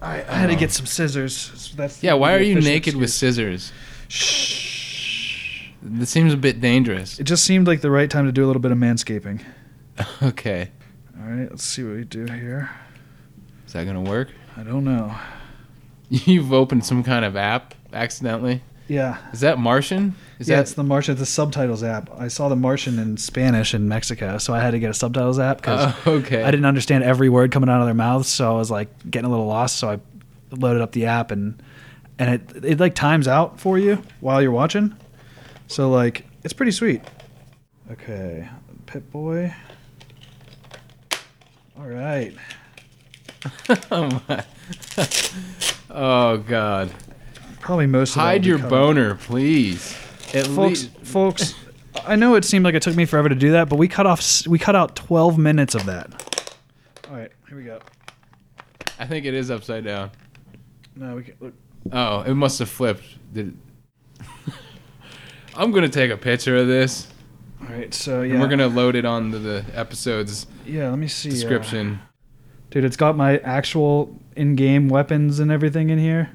Speaker 5: I, I had to get some scissors. So that's
Speaker 1: Oh. Yeah, why
Speaker 5: the
Speaker 1: are you
Speaker 5: official
Speaker 1: naked with
Speaker 5: excuse.
Speaker 1: scissors? This seems a bit dangerous.
Speaker 5: It just seemed like the right time to do a little bit of manscaping.
Speaker 1: Okay,
Speaker 5: All right, let's see what we do here.
Speaker 1: is that gonna work?
Speaker 5: I don't know.
Speaker 1: You've opened some kind of app accidentally.
Speaker 5: Yeah,
Speaker 1: Is that Martian? Is
Speaker 5: yeah,
Speaker 1: that
Speaker 5: it's the Martian, the subtitles app. I saw the Martian in Spanish in Mexico, so I had to get a subtitles app because
Speaker 1: Oh, okay.
Speaker 5: I didn't understand every word coming out of their mouths. So I was like getting a little lost. So I loaded up the app and and it it like times out for you while you're watching. So like it's pretty sweet. Okay, Pit Boy. All right.
Speaker 1: Oh God!
Speaker 5: Probably most. Of that will
Speaker 1: Hide
Speaker 5: be
Speaker 1: your
Speaker 5: cut.
Speaker 1: boner, please. At
Speaker 5: folks.
Speaker 1: least
Speaker 5: Folks, I know it seemed like it took me forever to do that, but we cut off. s- We cut out 12 minutes of that. All right, here we go.
Speaker 1: I think it is upside down.
Speaker 5: No, we can. Look.
Speaker 1: Oh, it must have flipped. Did it- I'm gonna take a picture of this,
Speaker 5: All right, so yeah,
Speaker 1: and we're gonna load it onto the episode's
Speaker 5: yeah. Let me see. uh,
Speaker 1: description.
Speaker 5: dude, it's got my actual in-game weapons and everything in here.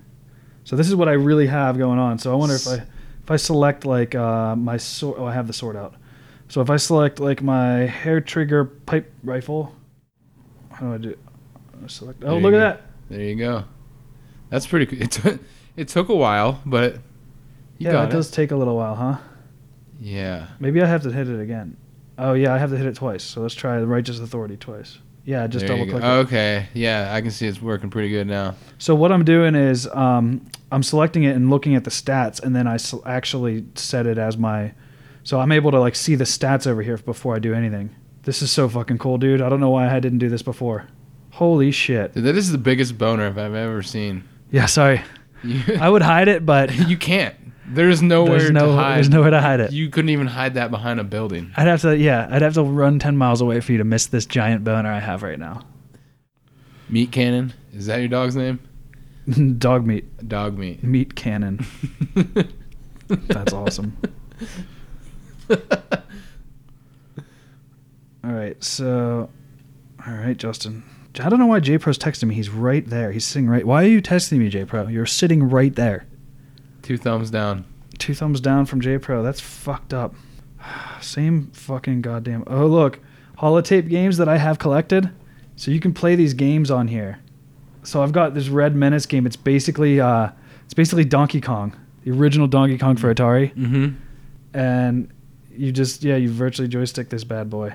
Speaker 5: So this is what I really have going on. So I wonder if I if I select like uh, my sword. Oh, I have the sword out. So if I select like my hair trigger pipe rifle, how do I do? I select. Oh,
Speaker 1: There
Speaker 5: look at
Speaker 1: you go.
Speaker 5: that.
Speaker 1: There you go. That's pretty. Cool. It took it took a while, but you
Speaker 5: yeah,
Speaker 1: got
Speaker 5: that
Speaker 1: it.
Speaker 5: does take a little while, huh?
Speaker 1: Yeah.
Speaker 5: Maybe I have to hit it again. Oh yeah, I have to hit it twice. So let's try the righteous authority twice. Yeah, just
Speaker 1: There you
Speaker 5: double click.
Speaker 1: go.
Speaker 5: it.
Speaker 1: Okay. Yeah, I can see it's working pretty good now.
Speaker 5: So what I'm doing is um, I'm selecting it and looking at the stats, and then I s- actually set it as my. So I'm able to like see the stats over here before I do anything. This is so fucking cool, dude. I don't know why I didn't do this before. Holy shit.
Speaker 1: Dude, that is the biggest boner I've ever seen.
Speaker 5: Yeah, sorry.
Speaker 1: You,
Speaker 5: I would hide it, but
Speaker 1: you can't. There's nowhere
Speaker 5: there's no
Speaker 1: to hide.
Speaker 5: there's nowhere to hide it.
Speaker 1: You couldn't even hide that behind a building.
Speaker 5: I'd have to yeah, I'd have to run 10 miles away for you to miss this giant boner I have right now.
Speaker 1: Meat cannon. Is that your dog's name?
Speaker 5: Dog meat,
Speaker 1: Dog meat.
Speaker 5: meat cannon. That's awesome. all right, so, all right, Justin. I don't know why J Pro's texting me. He's right there. He's sitting right. Why are you texting me, J Pro? You're sitting right there.
Speaker 1: Two thumbs down.
Speaker 5: Two thumbs down from J Pro. That's fucked up. Same fucking goddamn. Oh look, holotape games that I have collected. So you can play these games on here. So I've got this Red Menace game. It's basically, uh, it's basically Donkey Kong, the original Donkey Kong for Atari.
Speaker 1: Mm-hmm.
Speaker 5: and you just yeah you virtually joystick this bad boy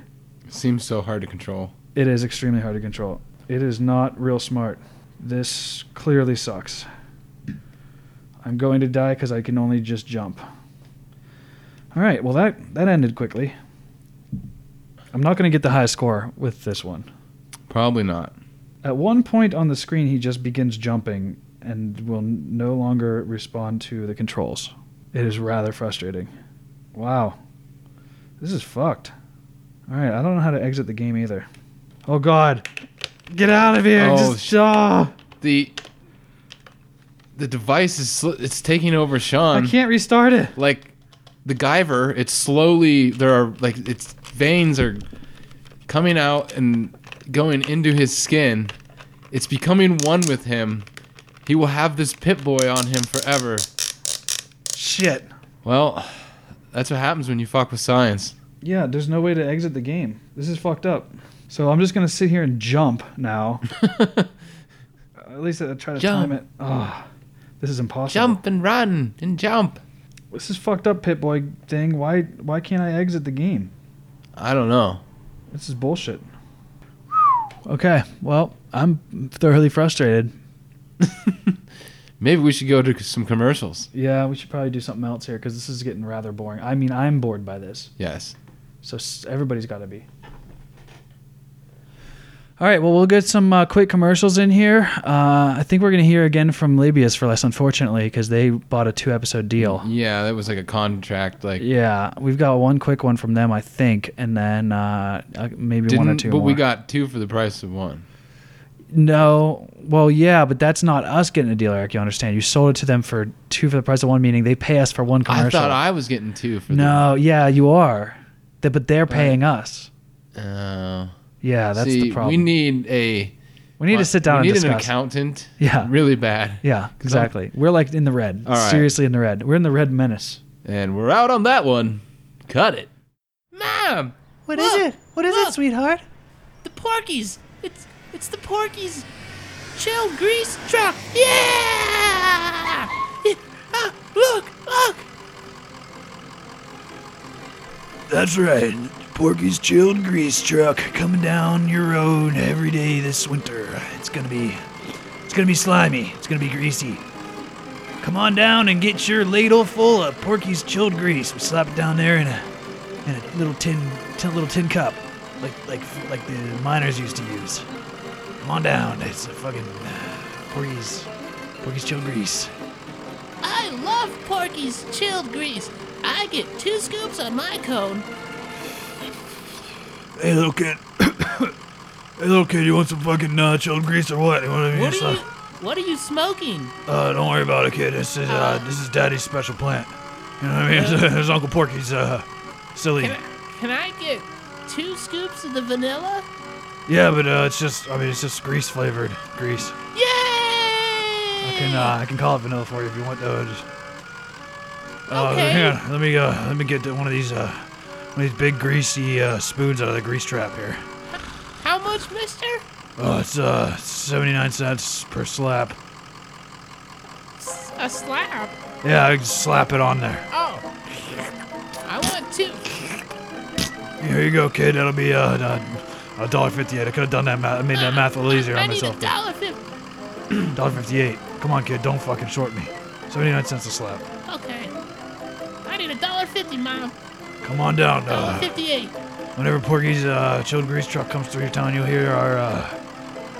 Speaker 1: Seems so hard to control.
Speaker 5: it is extremely hard to control it is not real smart this clearly sucks i'm going to die because i can only just jump all right well that that ended quickly i'm not going to get the high score with this one
Speaker 1: Probably not.
Speaker 5: at one point on the screen he just begins jumping and will n- no longer respond to the controls it is rather frustrating wow this is fucked all right i don't know how to exit the game either oh god get out of here
Speaker 1: Oh,
Speaker 5: just
Speaker 1: sh-
Speaker 5: ah.
Speaker 1: The the device is sl- it's taking over
Speaker 5: i
Speaker 1: Sean.
Speaker 5: can't restart it
Speaker 1: Like the Guyver, it's slowly there are like its veins are coming out and going into his skin. It's becoming one with him. He will have this pit boy on him forever.
Speaker 5: shit
Speaker 1: Well, that's what happens when you fuck with science.
Speaker 5: yeah there's no way to exit the game this is fucked up so i'm just gonna sit here and jump now at least i try to time
Speaker 1: Jump.
Speaker 5: it oh this is impossible
Speaker 1: jump and run and jump.
Speaker 5: This is fucked up, Pit Boy thing. Why why can't I exit the game?
Speaker 1: I don't know.
Speaker 5: This is bullshit. Okay, well, I'm thoroughly frustrated.
Speaker 1: Maybe we should go to some commercials.
Speaker 5: Yeah, we should probably do something else here because this is getting rather boring. I mean, I'm bored by this,
Speaker 1: Yes.
Speaker 5: so s- everybody's got to be. All right, well, we'll get some uh, quick commercials in here. Uh, I think we're going to hear again from Labius for less, unfortunately, because they bought a two episode deal.
Speaker 1: Yeah, that was like a contract. Like,
Speaker 5: Yeah, we've got one quick one from them, I think, and then uh, uh, maybe
Speaker 1: didn't,
Speaker 5: one or two
Speaker 1: but
Speaker 5: more.
Speaker 1: we got two for the price of one.
Speaker 4: No, well, yeah, but that's not us getting a deal, Eric. You understand? You sold it to them for two for the price of one. Meaning they pay us for one
Speaker 6: I
Speaker 4: commercial.
Speaker 6: thought I was getting two for
Speaker 4: no, yeah, you are. Th- but they're paying us.
Speaker 6: the.
Speaker 1: Oh,
Speaker 6: No.
Speaker 4: Yeah, that's
Speaker 6: See,
Speaker 4: the problem.
Speaker 6: We need a.
Speaker 4: We need to sit down and
Speaker 6: We need
Speaker 4: discuss.
Speaker 6: an accountant.
Speaker 4: Yeah.
Speaker 6: Really bad.
Speaker 4: Yeah, exactly. We're like in the red.
Speaker 6: All right.
Speaker 4: Seriously, in the red. We're in the red menace.
Speaker 6: And we're out on that one. Cut it.
Speaker 2: Mom,
Speaker 4: What
Speaker 2: is Look, it?
Speaker 4: What
Speaker 2: is it, look.
Speaker 4: sweetheart?
Speaker 2: the Porkies. It's it's the Porkies. Shell grease truck. Yeah! yeah. Ah, look, look.
Speaker 4: That's right. Porky's chilled grease truck coming down your road every day this winter. It's gonna be, it's gonna be slimy. It's gonna be greasy. Come on down and get your ladle full of Porky's chilled grease. We slap it down there in a, in a little tin, tin little tin cup, like like like the miners used to use. Come on down. It's a fucking uh, Porky's, Porky's chilled grease.
Speaker 2: I love Porky's chilled grease. I get two scoops on my cone.
Speaker 7: Hey, little kid. hey, little kid, you want some fucking uh, chilled grease or what? You want to
Speaker 2: What are you? What are you smoking?
Speaker 7: Uh, don't worry about it, kid. This is uh, this is Daddy's special plant. You know what I mean? It's, Uncle Porky's uh, silly.
Speaker 2: Can I, can I get two scoops of the vanilla?
Speaker 7: Yeah, but uh, it's just I mean it's just grease flavored grease.
Speaker 2: Yay!
Speaker 7: I can uh, I can call it vanilla for you if you want though. Just, uh,
Speaker 2: Okay.
Speaker 7: Hang on. Let me uh, let me get one of these uh, one of these big greasy uh, spoons out of the grease trap here.
Speaker 2: How much, mister?
Speaker 7: Oh, it's uh, 79 cents per slap.
Speaker 2: S- A slab.
Speaker 7: Yeah, I can slap it on there.
Speaker 2: Oh. I want two.
Speaker 7: Here you go, kid. That'll be uh, a dollar fifty-eight. I could have done that math. I made that math a little easier
Speaker 2: I
Speaker 7: on
Speaker 2: need a
Speaker 7: myself.
Speaker 2: dollar fifty.
Speaker 7: Dollar fifty-eight. Come on, kid. Don't fucking short me. Seventy-nine cents a slap.
Speaker 2: Okay. I need a dollar fifty, mom.
Speaker 7: Come on down.
Speaker 2: Dollar
Speaker 7: Uh,
Speaker 2: fifty-eight.
Speaker 7: whenever Porky's uh, chilled grease truck comes through your town, you'll hear our uh,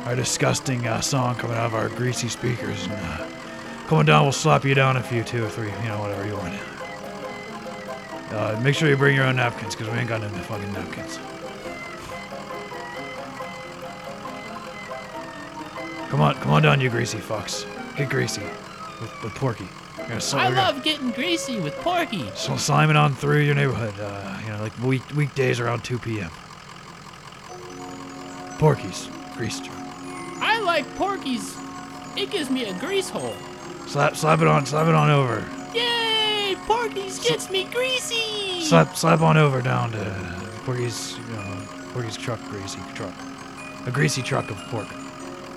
Speaker 7: our disgusting uh, song coming out of our greasy speakers. And uh, come on down. We'll slap you down a few, two or three. You know, whatever you want. Uh, make sure you bring your own napkins, cause we ain't got no fucking napkins. Come on, come on down, you greasy fucks. Get greasy with, with Porky. We're gonna sl-
Speaker 2: I
Speaker 7: we're gonna-
Speaker 2: love getting greasy with Porky.
Speaker 7: So Simon on through your neighborhood, uh, you know, like week, weekdays around 2 p.m. Porky's grease truck.
Speaker 2: I like Porky's. It gives me a grease hole.
Speaker 7: Slap, slap it on, slap it on over.
Speaker 2: Yay! Porky's gets me greasy.
Speaker 7: Slap, slap on over down to Porky's, you know, Porky's truck, greasy truck, a greasy truck of pork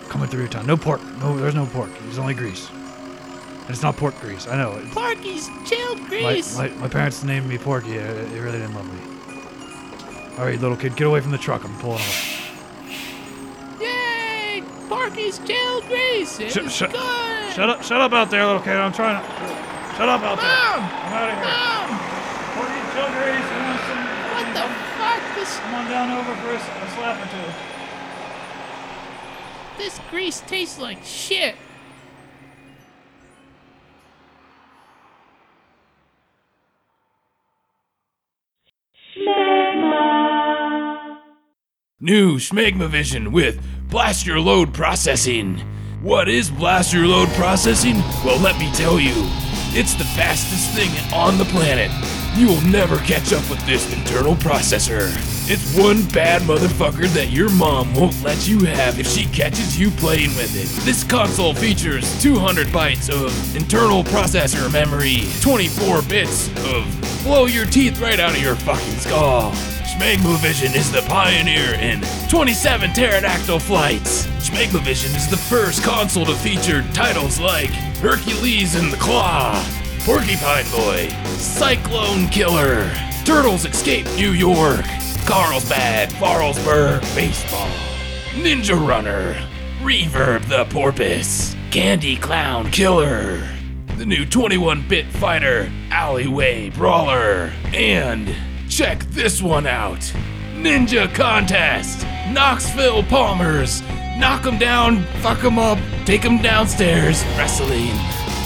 Speaker 7: coming through your town. No pork, no, there's no pork. There's only grease, and it's not pork grease. I know. It,
Speaker 2: Porky's chilled
Speaker 7: my,
Speaker 2: grease.
Speaker 7: my, my parents named me Porky. uh, They really didn't love me. All right, little kid, get away from the truck. I'm pulling away.
Speaker 2: Yay! Porky's chilled grease. It's
Speaker 7: Shut- shut-
Speaker 2: good.
Speaker 7: Shut up! Shut up out there, little kid. I'm trying to. Shut up out there.
Speaker 2: Mom!
Speaker 7: I'm out of here.
Speaker 2: Mom!
Speaker 7: Porky, chill, Grace. You want some-
Speaker 2: What the fuck? This
Speaker 7: Come on down over for a, s- a slap or two.
Speaker 2: this grease tastes like shit.
Speaker 6: New Schmegma Vision with Blast Your Load Processing. What is Blast Your Load Processing? Well, let me tell you, it's the fastest thing on the planet. You will never catch up with this internal processor. It's one bad motherfucker that your mom won't let you have if she catches you playing with it. This console features 200 bytes of internal processor memory, 24 bits of blow your teeth right out of your fucking skull. Schmegmavision is the pioneer in 27 pterodactyl flights. Schmegmavision is the first console to feature titles like Hercules and the Claw, Porcupine Boy, Cyclone Killer, Turtles Escape New York, Carlsbad, Farlsburg Baseball, Ninja Runner, Reverb the Porpoise, Candy Clown Killer, the new 21 bit fighter, Alleyway Brawler, and check this one out Ninja Contest! Knoxville Palmers! Knock 'em down, fuck 'em up, take 'em downstairs, wrestling.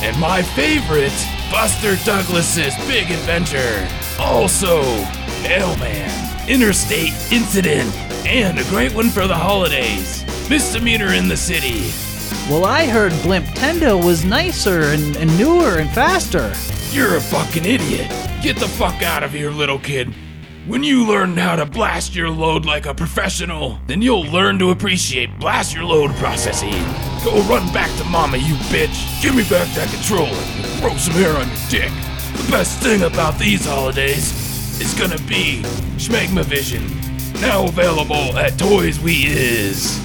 Speaker 6: And my favorite, Buster Douglas's Big Adventure. Also, Mailman, Interstate Incident, and a great one for the holidays.
Speaker 1: Misdemeanor in the city.
Speaker 4: Well, I heard Blimp Tendo was nicer and, and newer and faster.
Speaker 1: You're a fucking idiot. Get the fuck out of here, little kid. When you learn how to blast your load like a professional, then you'll learn to appreciate blast your load processing. Go run back to mama, you bitch. Give me back that controller and throw some hair on your dick. The best thing about these holidays is gonna be Schmegma Vision, now available at Toys We Is.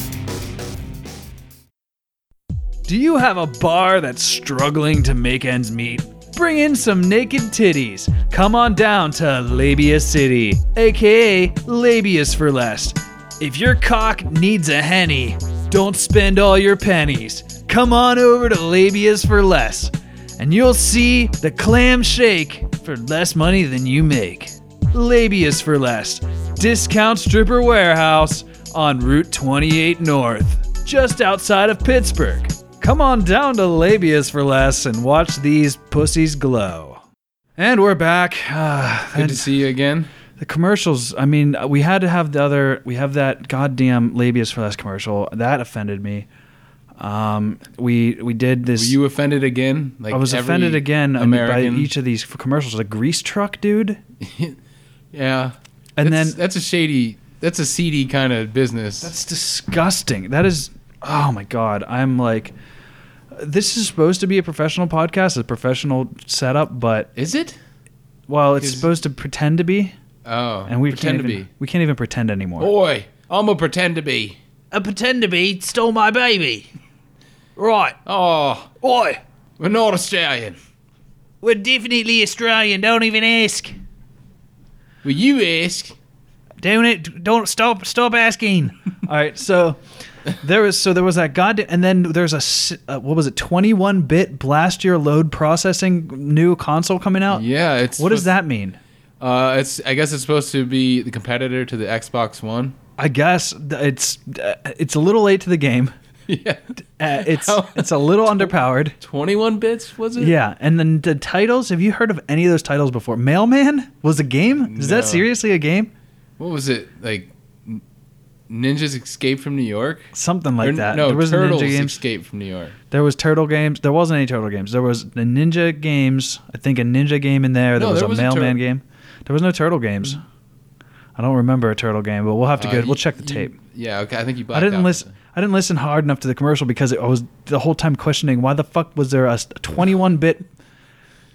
Speaker 4: Do you have a bar that's struggling to make ends meet? Bring in some naked titties. Come on down to Labia City, aka Labius for less. If your cock needs a henny, don't spend all your pennies. Come on over to Labias for less, and you'll see the clam shake for less money than you make. Labius for less. Discount Stripper Warehouse on Route 28 North, just outside of Pittsburgh. Come on down to Labias for less and watch these pussies glow. And we're back. Ah,
Speaker 1: Good
Speaker 4: and-
Speaker 1: to see you again.
Speaker 4: the commercials, I mean, we had to have the other, we have that goddamn Labius for Less commercial. That offended me. Um, we we did
Speaker 1: Were
Speaker 4: this.
Speaker 1: you offended again? Like
Speaker 4: I was
Speaker 1: every
Speaker 4: offended again I mean,
Speaker 1: American.
Speaker 4: by each of these commercials. The grease truck dude,
Speaker 1: Yeah.
Speaker 4: and
Speaker 1: that's,
Speaker 4: then
Speaker 1: that's a shady. That's a seedy kind of business.
Speaker 4: that's disgusting. That is, oh my god, I'm like, this is supposed to be a professional podcast, a professional setup, but
Speaker 1: Is it?
Speaker 4: well, it's
Speaker 1: Is-
Speaker 4: supposed to pretend to be,
Speaker 1: Oh,
Speaker 4: and we
Speaker 1: pretend
Speaker 4: can't
Speaker 1: to
Speaker 4: even,
Speaker 1: be.
Speaker 4: we can't even pretend anymore.
Speaker 1: Boy, I'm a pretend to be.
Speaker 2: A pretend to be stole my baby.
Speaker 4: right,
Speaker 1: Oh,
Speaker 4: boy.
Speaker 1: we're not Australian.
Speaker 2: We're definitely Australian. Don't even ask.
Speaker 1: Will you ask?
Speaker 2: Don't it. Don't stop. Stop asking.
Speaker 4: All right, so there was so there was that goddamn, and then there's a s- uh, what was it, 21 bit blast your load processing new console coming out.
Speaker 1: Yeah, it's
Speaker 4: What does
Speaker 1: supposed-
Speaker 4: that mean?
Speaker 1: Uh, it's I guess it's supposed to be the competitor to the Xbox One.
Speaker 4: I guess th- it's uh, it's a little late to the game.
Speaker 1: Yeah,
Speaker 4: Uh, it's
Speaker 1: How-
Speaker 4: it's a little underpowered.
Speaker 1: twenty-one bits was it?
Speaker 4: Yeah, and then the titles. Have you heard of any of those titles before? Mailman was a game. Is
Speaker 1: No.
Speaker 4: that seriously a game?
Speaker 1: What was it like? n- Ninjas Escape from New York.
Speaker 4: Something like
Speaker 1: Or n-
Speaker 4: that.
Speaker 1: No,
Speaker 4: there was
Speaker 1: Turtles
Speaker 4: ninja games.
Speaker 1: Escape from New York.
Speaker 4: There was turtle games. There wasn't any turtle games. There was the ninja games. I think a ninja game in there. There
Speaker 1: No,
Speaker 4: was
Speaker 1: there
Speaker 4: a
Speaker 1: was a
Speaker 4: mailman
Speaker 1: tur-
Speaker 4: game. There was no turtle games. I don't remember a turtle game, but we'll have to
Speaker 1: Uh,
Speaker 4: go.
Speaker 1: you-
Speaker 4: We'll check the
Speaker 1: you-
Speaker 4: tape.
Speaker 1: Yeah, okay. I think you.
Speaker 4: I didn't listen. I didn't listen hard enough to the commercial because it, I was the whole time questioning why the fuck was there a 21-bit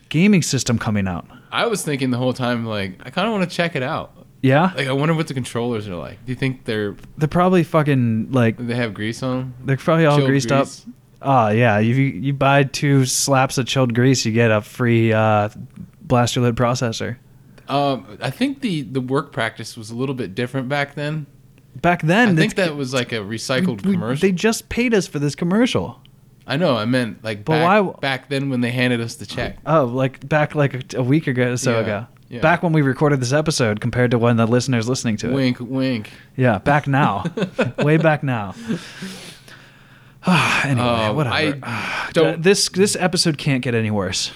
Speaker 4: gaming system coming out?
Speaker 1: I was thinking the whole time, like, I kind of want to check it out.
Speaker 4: Yeah,
Speaker 1: Like, I wonder what the controllers are like. Do you think they're
Speaker 4: they're probably fucking like
Speaker 1: they have grease on? 'em?
Speaker 4: they're probably all
Speaker 1: Chilled
Speaker 4: greased
Speaker 1: grease?
Speaker 4: up. Ah, yeah. If you you buy two slaps of chilled grease, you get a free uh, blaster lid processor.
Speaker 1: Um, I think the the work practice was a little bit different back then.
Speaker 4: Back then,
Speaker 1: I
Speaker 4: that's-
Speaker 1: think that was like a recycled
Speaker 4: We-
Speaker 1: commercial.
Speaker 4: They just paid us for this commercial.
Speaker 1: I know. I meant like
Speaker 4: But
Speaker 1: back,
Speaker 4: why-
Speaker 1: back then when they handed us the check.
Speaker 4: Oh, like back like a week ago, so
Speaker 1: Yeah,
Speaker 4: ago.
Speaker 1: yeah.
Speaker 4: Back when we recorded this episode, compared to when the listeners listening to it.
Speaker 1: Wink, wink.
Speaker 4: Yeah, back now, way back now. anyway,
Speaker 1: Uh,
Speaker 4: whatever.
Speaker 1: I
Speaker 4: Uh,
Speaker 1: don't.
Speaker 4: this this episode can't get any worse.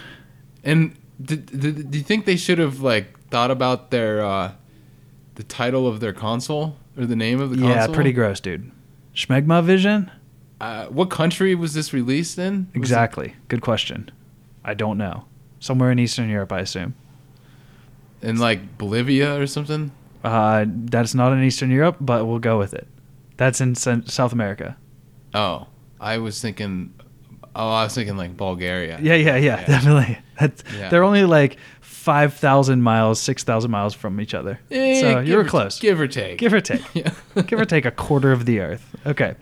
Speaker 1: and d d do you think they should have like thought about their uh, the title of their console or the name of the
Speaker 4: Yeah,
Speaker 1: console?
Speaker 4: pretty gross, dude. Schmegma Vision.
Speaker 1: Uh, what country was this released in? Was it-
Speaker 4: Exactly. Good question. I don't know. Somewhere in Eastern Europe, I assume.
Speaker 1: in like Bolivia or something.
Speaker 4: Uh, that's not in Eastern Europe, but we'll go with it. That's in Sen- South America.
Speaker 1: Oh, I was thinking. Oh, I was thinking like Bulgaria.
Speaker 4: Yeah, yeah, yeah,
Speaker 1: Yeah.
Speaker 4: definitely. That's,
Speaker 1: Yeah.
Speaker 4: They're only like 5,000 miles, 6,000 miles from each other.
Speaker 1: Eh,
Speaker 4: so
Speaker 1: give
Speaker 4: you were
Speaker 1: or-
Speaker 4: close. Give,
Speaker 1: Give or take.
Speaker 4: or take.
Speaker 1: Yeah.
Speaker 4: give or take a quarter of the earth. Okay.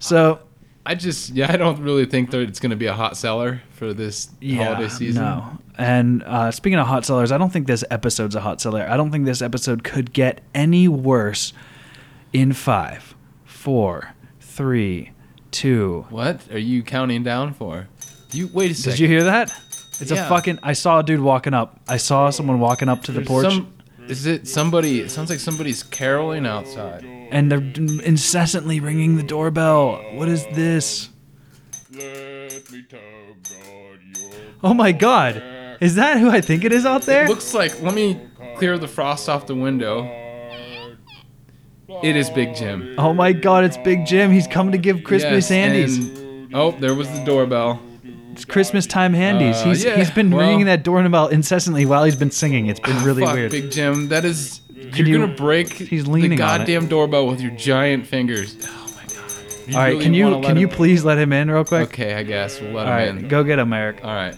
Speaker 4: So,
Speaker 1: I just yeah, I don't really think that it's going to be a hot seller for this
Speaker 4: yeah.
Speaker 1: holiday season.
Speaker 4: No. And uh, speaking of hot sellers, I don't think this episode's a hot seller. I don't think this episode could get any worse in five, four, three, two.
Speaker 1: What are you counting down for? You wait a second.
Speaker 4: Did you hear that? It's
Speaker 1: Yeah.
Speaker 4: a fucking. I saw a dude walking up. I saw someone walking up to the
Speaker 1: There's
Speaker 4: porch.
Speaker 1: some- is it somebody? It sounds like somebody's caroling outside.
Speaker 4: and they're d- incessantly ringing the doorbell. What is this? Oh my god. Is that who I think it is out there?
Speaker 1: Looks like. Let me clear the frost off the window. It is Big Jim.
Speaker 4: Oh my God, it's Big Jim. He's coming to give Christmas
Speaker 1: Yes, and-
Speaker 4: handies.
Speaker 1: oh, there was the doorbell.
Speaker 4: It's Christmas time handies.
Speaker 1: Uh,
Speaker 4: he's
Speaker 1: yeah,
Speaker 4: he's been
Speaker 1: well-
Speaker 4: ringing that doorbell incessantly while he's been singing. It's been really
Speaker 1: Fuck,
Speaker 4: weird.
Speaker 1: Big Jim. That is. You're
Speaker 4: you-
Speaker 1: gonna break
Speaker 4: he's leaning on
Speaker 1: the
Speaker 4: it.
Speaker 1: goddamn doorbell with your giant fingers. Oh my god. You
Speaker 4: All right,
Speaker 1: really
Speaker 4: can
Speaker 1: wanna
Speaker 4: you
Speaker 1: let
Speaker 4: can you
Speaker 1: him-
Speaker 4: please let him in real quick?
Speaker 1: Okay, I guess we'll let
Speaker 4: All
Speaker 1: him
Speaker 4: right,
Speaker 1: in.
Speaker 4: go get him, Eric.
Speaker 1: All right.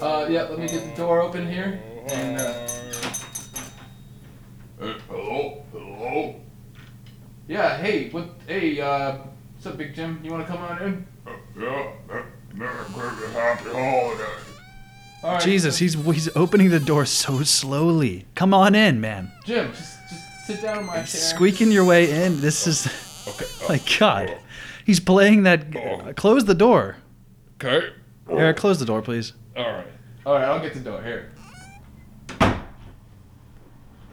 Speaker 1: Uh, yeah, let me get the door open here. And, uh... hello? Hello? Yeah, hey, what, hey, uh, what's up, Big Jim? You wanna come on in?
Speaker 8: Uh, Yeah, Merry Christmas, Happy Holidays.
Speaker 1: All right,
Speaker 4: Jesus,
Speaker 1: so-
Speaker 4: he's he's opening the door so slowly. Come on in, man.
Speaker 1: Jim, just, just sit down in my chair.
Speaker 4: Squeaking your way in. This is my God. He's playing that. close the door,
Speaker 1: Okay.
Speaker 4: Eric. Close the door, please.
Speaker 1: All right. All right, I'll get the door here.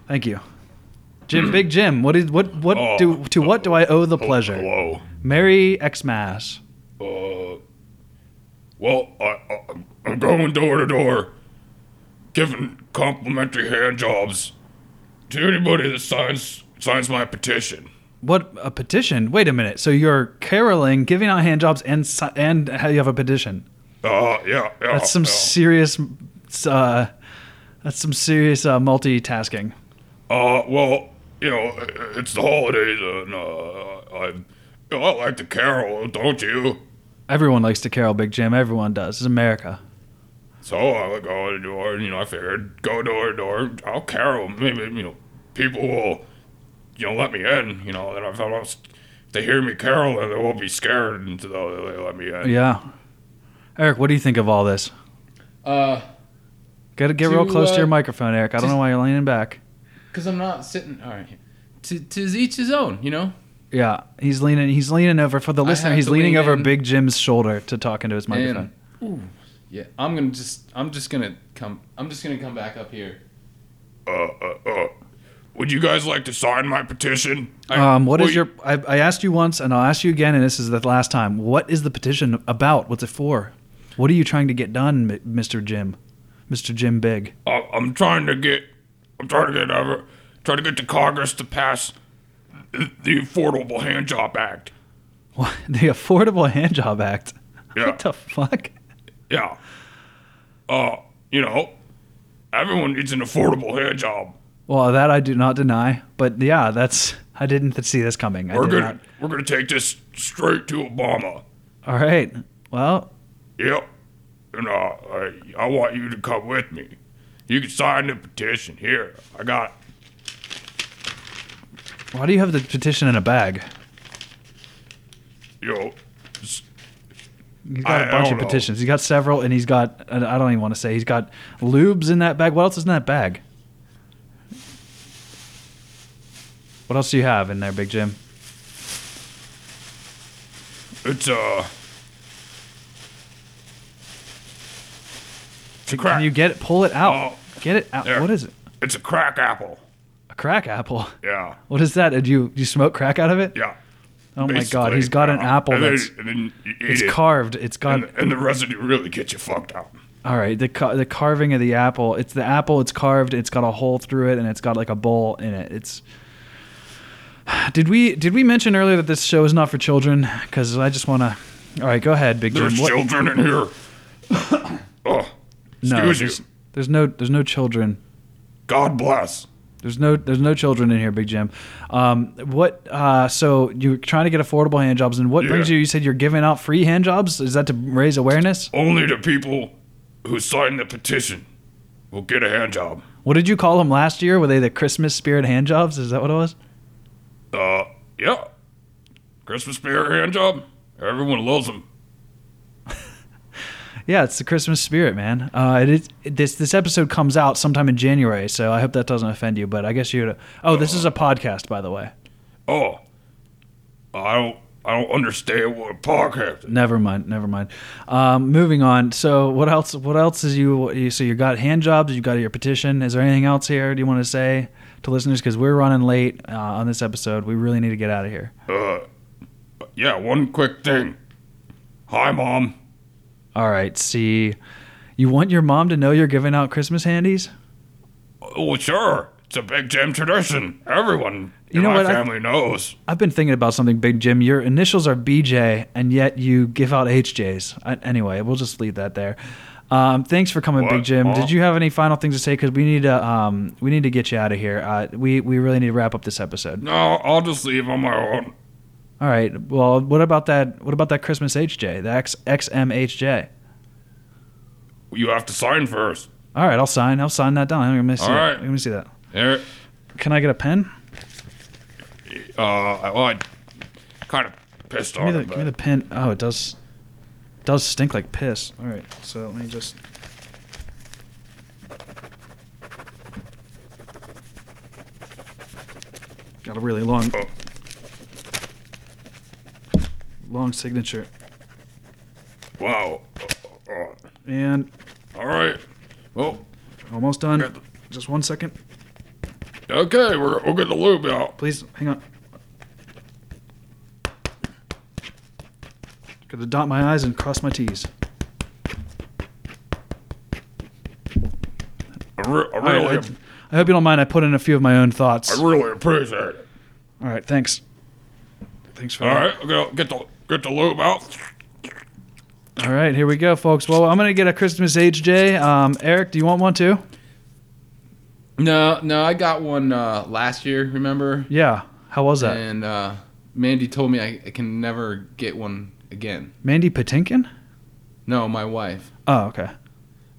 Speaker 4: Thank you, Jim. Big Jim. What is what what
Speaker 8: Oh.
Speaker 4: do to what do I owe the pleasure?
Speaker 8: Hello.
Speaker 4: Merry Xmas.
Speaker 8: Uh, well, I, I, I'm going door to door, giving complimentary hand jobs to anybody that signs signs my petition.
Speaker 4: What a petition! Wait a minute. So you're caroling, giving out hand jobs, and si- and how you have a petition.
Speaker 8: Uh, yeah, yeah.
Speaker 1: Oh,
Speaker 4: That's some
Speaker 8: yeah.
Speaker 4: serious. Uh, that's some serious uh, multitasking.
Speaker 8: Uh, well, you know, i- i- it's the holidays, and uh, I, I like to carol, don't you?
Speaker 4: Everyone likes to carol, Big Jim. Everyone does. It's America.
Speaker 8: So uh, I would go to door, and you know, I figured go door to door. I'll carol. Maybe you know, people will, you know, let me in. You know, and I thought I was, if they hear me carol, and they won't be scared until they they let me in.
Speaker 4: Yeah. Eric, what do you think of all this?
Speaker 1: Uh,
Speaker 4: Get get
Speaker 1: To,
Speaker 4: real close to
Speaker 1: uh,
Speaker 4: your microphone, Eric. I don't know why you're leaning back.
Speaker 1: because I'm not sitting. All right. To, to each his own, you know?
Speaker 4: Yeah, he's leaning. He's leaning over for the
Speaker 1: I
Speaker 4: listener.
Speaker 1: have
Speaker 4: He's
Speaker 1: to
Speaker 4: leaning
Speaker 1: lean
Speaker 4: over
Speaker 1: in.
Speaker 4: Big Jim's shoulder to talk into his
Speaker 1: And-
Speaker 4: microphone.
Speaker 1: Yeah, I'm gonna just I'm just gonna come I'm just gonna come back up here.
Speaker 8: Uh, uh, uh, would you guys like to sign my petition?
Speaker 4: um, what is
Speaker 8: Well,
Speaker 4: your? I, I asked you once, and I'll ask you again, and this is the last time. What is the petition about? What's it for? What are you trying to get done, M- Mr. Jim? Mr. Jim Big.
Speaker 8: I- I'm trying to get, I'm trying to get over, trying to get to Congress to pass the the Affordable Hand Job Act.
Speaker 4: What, the Affordable Handjob Act.
Speaker 8: Yeah.
Speaker 4: What the fuck?
Speaker 8: Yeah. Uh, you know, everyone needs an affordable hand job.
Speaker 4: Well, that I do not deny, but yeah, that's I didn't th- see this coming. I
Speaker 8: We're
Speaker 4: did
Speaker 8: gonna
Speaker 4: not.
Speaker 8: we're gonna take this straight to Obama.
Speaker 4: All right. Well,
Speaker 8: Yep. And uh, I, I want you to come with me. You can sign the petition here. I got.
Speaker 4: why do you have the petition in a bag?
Speaker 8: You know, s-
Speaker 4: He's got
Speaker 8: I-
Speaker 4: a
Speaker 8: I
Speaker 4: bunch
Speaker 8: don't
Speaker 4: of
Speaker 8: know.
Speaker 4: petitions. He's got several, and he's got and I don't even want to say he's got lubes in that bag. What else is in that bag? What else do you have in there, Big Jim?
Speaker 8: it's uh. It's a crack.
Speaker 4: Can you get it? Pull it out.
Speaker 8: Oh.
Speaker 4: Get it out.
Speaker 8: There.
Speaker 4: What is it?
Speaker 8: it's a crack apple.
Speaker 4: A crack apple.
Speaker 8: Yeah.
Speaker 4: What is that? Did you do you smoke crack out of it?
Speaker 8: Yeah.
Speaker 4: oh my God, he's got an apple
Speaker 8: And then,
Speaker 4: that's
Speaker 8: and then you eat
Speaker 4: it's
Speaker 8: it,
Speaker 4: carved. It's got
Speaker 8: and, and the residue really gets you fucked up.
Speaker 4: All right, the ca- the carving of the apple. It's the apple. It's carved. It's got a hole through it, and it's got like a bowl in it. It's. Did we did we mention earlier that this show is not for children? Because I just want to. All right, go ahead, Big
Speaker 8: There's
Speaker 4: Jim. What-
Speaker 8: children in here. oh,
Speaker 4: no,
Speaker 8: excuse
Speaker 4: there's,
Speaker 8: you.
Speaker 4: there's no there's no children.
Speaker 8: God bless.
Speaker 4: There's no there's no children in here, Big Jim. Um, what? Uh, so you're trying to get affordable hand jobs, and what
Speaker 8: Yeah.
Speaker 4: brings you? You said you're giving out free hand jobs. Is that to raise awareness?
Speaker 8: Only the people who sign the petition will get a hand job.
Speaker 4: What did you call them last year? Were they the Christmas spirit hand jobs? Is that what it was?
Speaker 8: Uh, yeah. Christmas spirit hand job. Everyone loves them.
Speaker 4: Yeah, it's the Christmas spirit, man. Uh, it is this this episode comes out sometime in January, so I hope that doesn't offend you. But I guess you. Oh, this is a podcast, by the way.
Speaker 8: Oh, I don't. I don't understand what a podcast. Is.
Speaker 4: Never mind, never mind. Um, moving on. So what else? What else is you? you so you got hand jobs. You got your petition. Is there anything else here? Do you want to say to listeners because we're running late uh, on this episode? We really need to get out of here.
Speaker 8: Yeah, one quick thing. Hi, mom.
Speaker 4: All right. See, you want your mom to know you're giving out Christmas handies?
Speaker 8: Oh, sure. It's It's a big Jim tradition. Everyone
Speaker 4: You
Speaker 8: in
Speaker 4: know
Speaker 8: my
Speaker 4: what, I-
Speaker 8: family knows.
Speaker 4: I've been thinking about something, Big Jim. Your initials are BJ, and yet you give out HJs. I, anyway, we'll just leave that there. Um, thanks for coming, Big
Speaker 8: What?
Speaker 4: Jim.
Speaker 8: Huh?
Speaker 4: Did you have any final things to say? Because we need to um, we need to get you out of here. Uh, we we really need to wrap up this episode.
Speaker 8: No, I'll just leave on my own.
Speaker 4: All right. Well, what about that? What about that Christmas HJ? The X, XMHJ.
Speaker 8: You have to sign first.
Speaker 4: All right, I'll sign. I'll sign that down. I'm gonna see.
Speaker 8: All
Speaker 4: that.
Speaker 8: right.
Speaker 4: I'm gonna see that.
Speaker 8: There,
Speaker 4: Can I get a pen?
Speaker 8: uh, I, well, I kind of pissed
Speaker 4: Give
Speaker 8: off.
Speaker 4: me the, give me the pen. Oh, it does does stink like piss. All right, so let me just. Got a really long,
Speaker 8: Oh.
Speaker 4: long signature,
Speaker 8: Wow. Oh,
Speaker 4: and
Speaker 8: oh. All right. Well,
Speaker 4: almost done. Just one second,
Speaker 8: okay, we're, we'll get the lube out.
Speaker 4: please. Hang on. Gotta dot my I's and cross my T's.
Speaker 8: I, re- I,
Speaker 4: All right,
Speaker 8: really,
Speaker 4: I, I hope you don't mind. I put in a few of my own thoughts.
Speaker 8: I really appreciate it.
Speaker 4: All right, thanks. Thanks for
Speaker 8: All
Speaker 4: that.
Speaker 8: right, okay, get the get the lube out.
Speaker 4: All right, here we go, folks. Well, I'm gonna get a Christmas HJ. Um, Eric, do you want one too?
Speaker 1: No, no, I got one uh, last year. Remember?
Speaker 4: Yeah. How was that?
Speaker 1: And uh, Mandy told me I, I can never get one again.
Speaker 4: Mandy Patinkin?
Speaker 1: No, my wife.
Speaker 4: Oh, okay.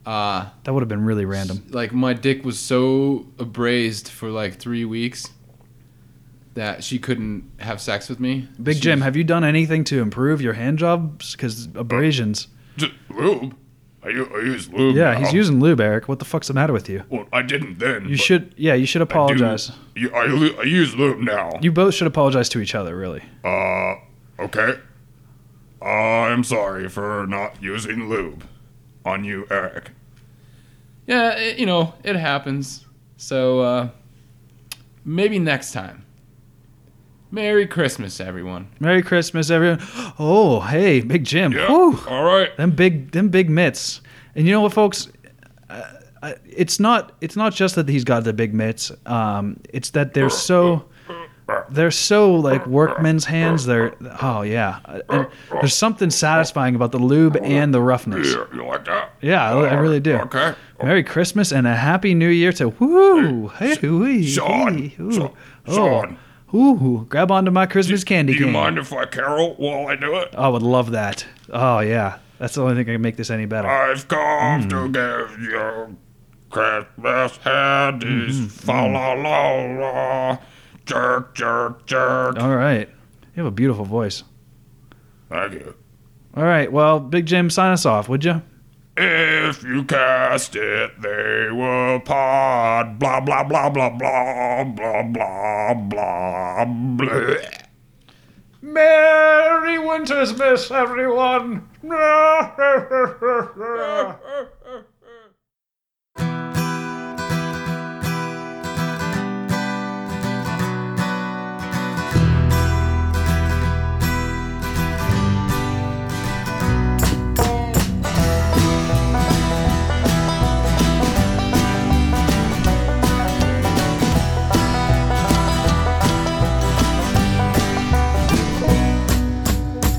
Speaker 1: Uh,
Speaker 4: That would have been really random.
Speaker 1: like my dick was so abrased for like three weeks that she couldn't have sex with me.
Speaker 4: Big
Speaker 1: She-
Speaker 4: Jim, have you done anything to improve your hand jobs? Because abrasions.
Speaker 8: Just lube. I, u- I use lube.
Speaker 4: Yeah, he's
Speaker 8: now.
Speaker 4: using lube, Eric. What the fuck's the matter with you?
Speaker 8: Well, I didn't then.
Speaker 4: You
Speaker 8: but
Speaker 4: should. Yeah, you should
Speaker 8: I do-
Speaker 4: apologize.
Speaker 8: You, I, lu- I use lube now.
Speaker 4: You both should apologize to each other, really.
Speaker 8: Uh, okay. I'm sorry for not using lube on you, Eric.
Speaker 1: Yeah, it, you know, it happens. So uh, maybe next time. Merry Christmas, everyone.
Speaker 4: Merry Christmas, everyone. Oh, hey, Big Jim.
Speaker 8: Yeah.
Speaker 4: Whew.
Speaker 8: All right.
Speaker 4: them big them big mitts and you know what folks uh, uh, it's not it's not just that he's got the big mitts um, it's that they're so they're so like workman's hands they're oh yeah Uh, and there's something satisfying about the lube and the roughness
Speaker 8: Yeah, you like that?
Speaker 4: yeah i, I really do
Speaker 8: Okay.
Speaker 4: merry christmas and a happy new year to woo hey wee,
Speaker 8: Sean.
Speaker 4: hey, ooh.
Speaker 8: Sean.
Speaker 4: oh
Speaker 8: Sean.
Speaker 4: ooh, grab onto my christmas
Speaker 8: Do
Speaker 4: candy
Speaker 8: you
Speaker 4: cane
Speaker 8: mind if I carol while I do it?
Speaker 4: i would love that oh yeah that's the only thing that can make this any better
Speaker 7: Ah.
Speaker 8: I've come
Speaker 4: Hmm.
Speaker 8: to give you Christmas handies.
Speaker 4: Mm-hmm.
Speaker 8: Fa la la la. Jerk, jerk, jerk.
Speaker 4: All right. You have a beautiful voice.
Speaker 8: Thank you.
Speaker 4: All right. Well, Big Jim, sign us off, would you?
Speaker 8: If you cast it, they will pod. Blah, blah, blah, blah, blah, blah, blah, blah, blah.
Speaker 7: Merry Winter's Miss, everyone!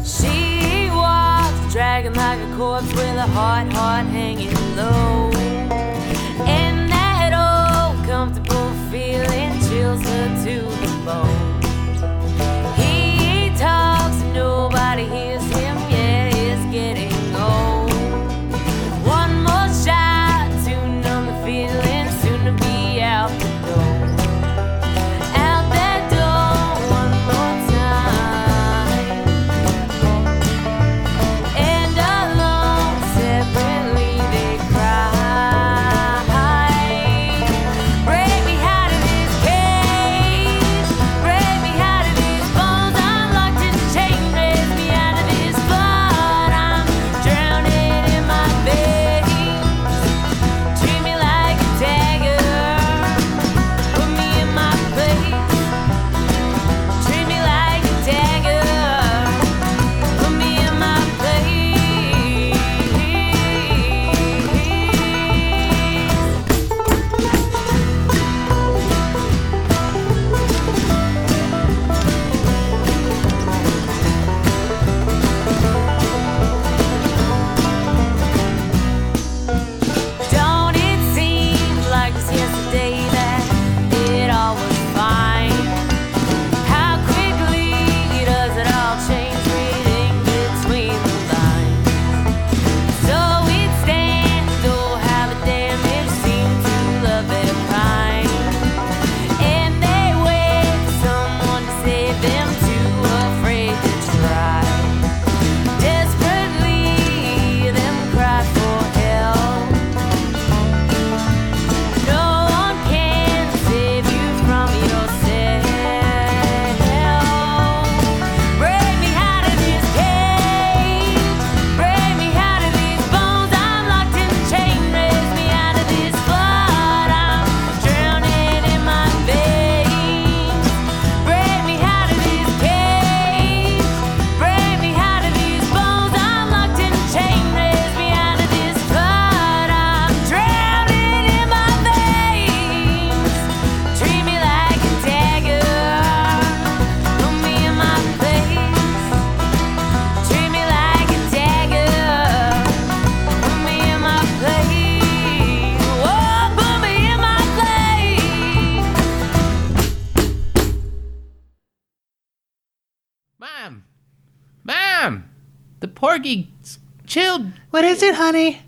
Speaker 9: She walks, dragging like a corpse with a heart, heart hanging low.
Speaker 2: Porky chilled.
Speaker 9: What is it, honey?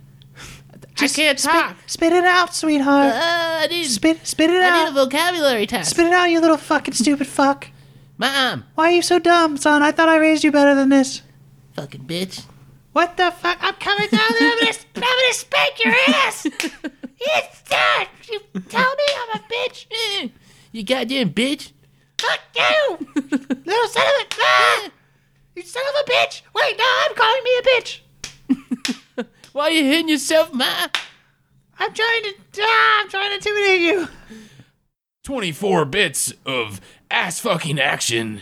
Speaker 2: I can't talk.
Speaker 9: Spit it out,
Speaker 2: Uh,
Speaker 9: sweetheart.
Speaker 2: I need,
Speaker 9: Spit, spit it
Speaker 2: I need a
Speaker 9: out.
Speaker 2: vocabulary test.
Speaker 9: Spit it out, you little fucking stupid fuck.
Speaker 2: Mom,
Speaker 9: Why are you so dumb, son? I thought I raised you better than this.
Speaker 2: fucking bitch.
Speaker 9: What the fuck? I'm coming down there. I'm gonna, I'm gonna spank your ass.
Speaker 2: It's done. You tell me I'm a bitch. Eh, You goddamn bitch. Fuck you, little son of a
Speaker 9: ah. You son of a bitch. Wait, no, I'm calling me a bitch.
Speaker 2: Why are you hitting yourself, ma?
Speaker 9: I'm trying to, ah, I'm trying to intimidate you.
Speaker 1: 24 bits of ass fucking action.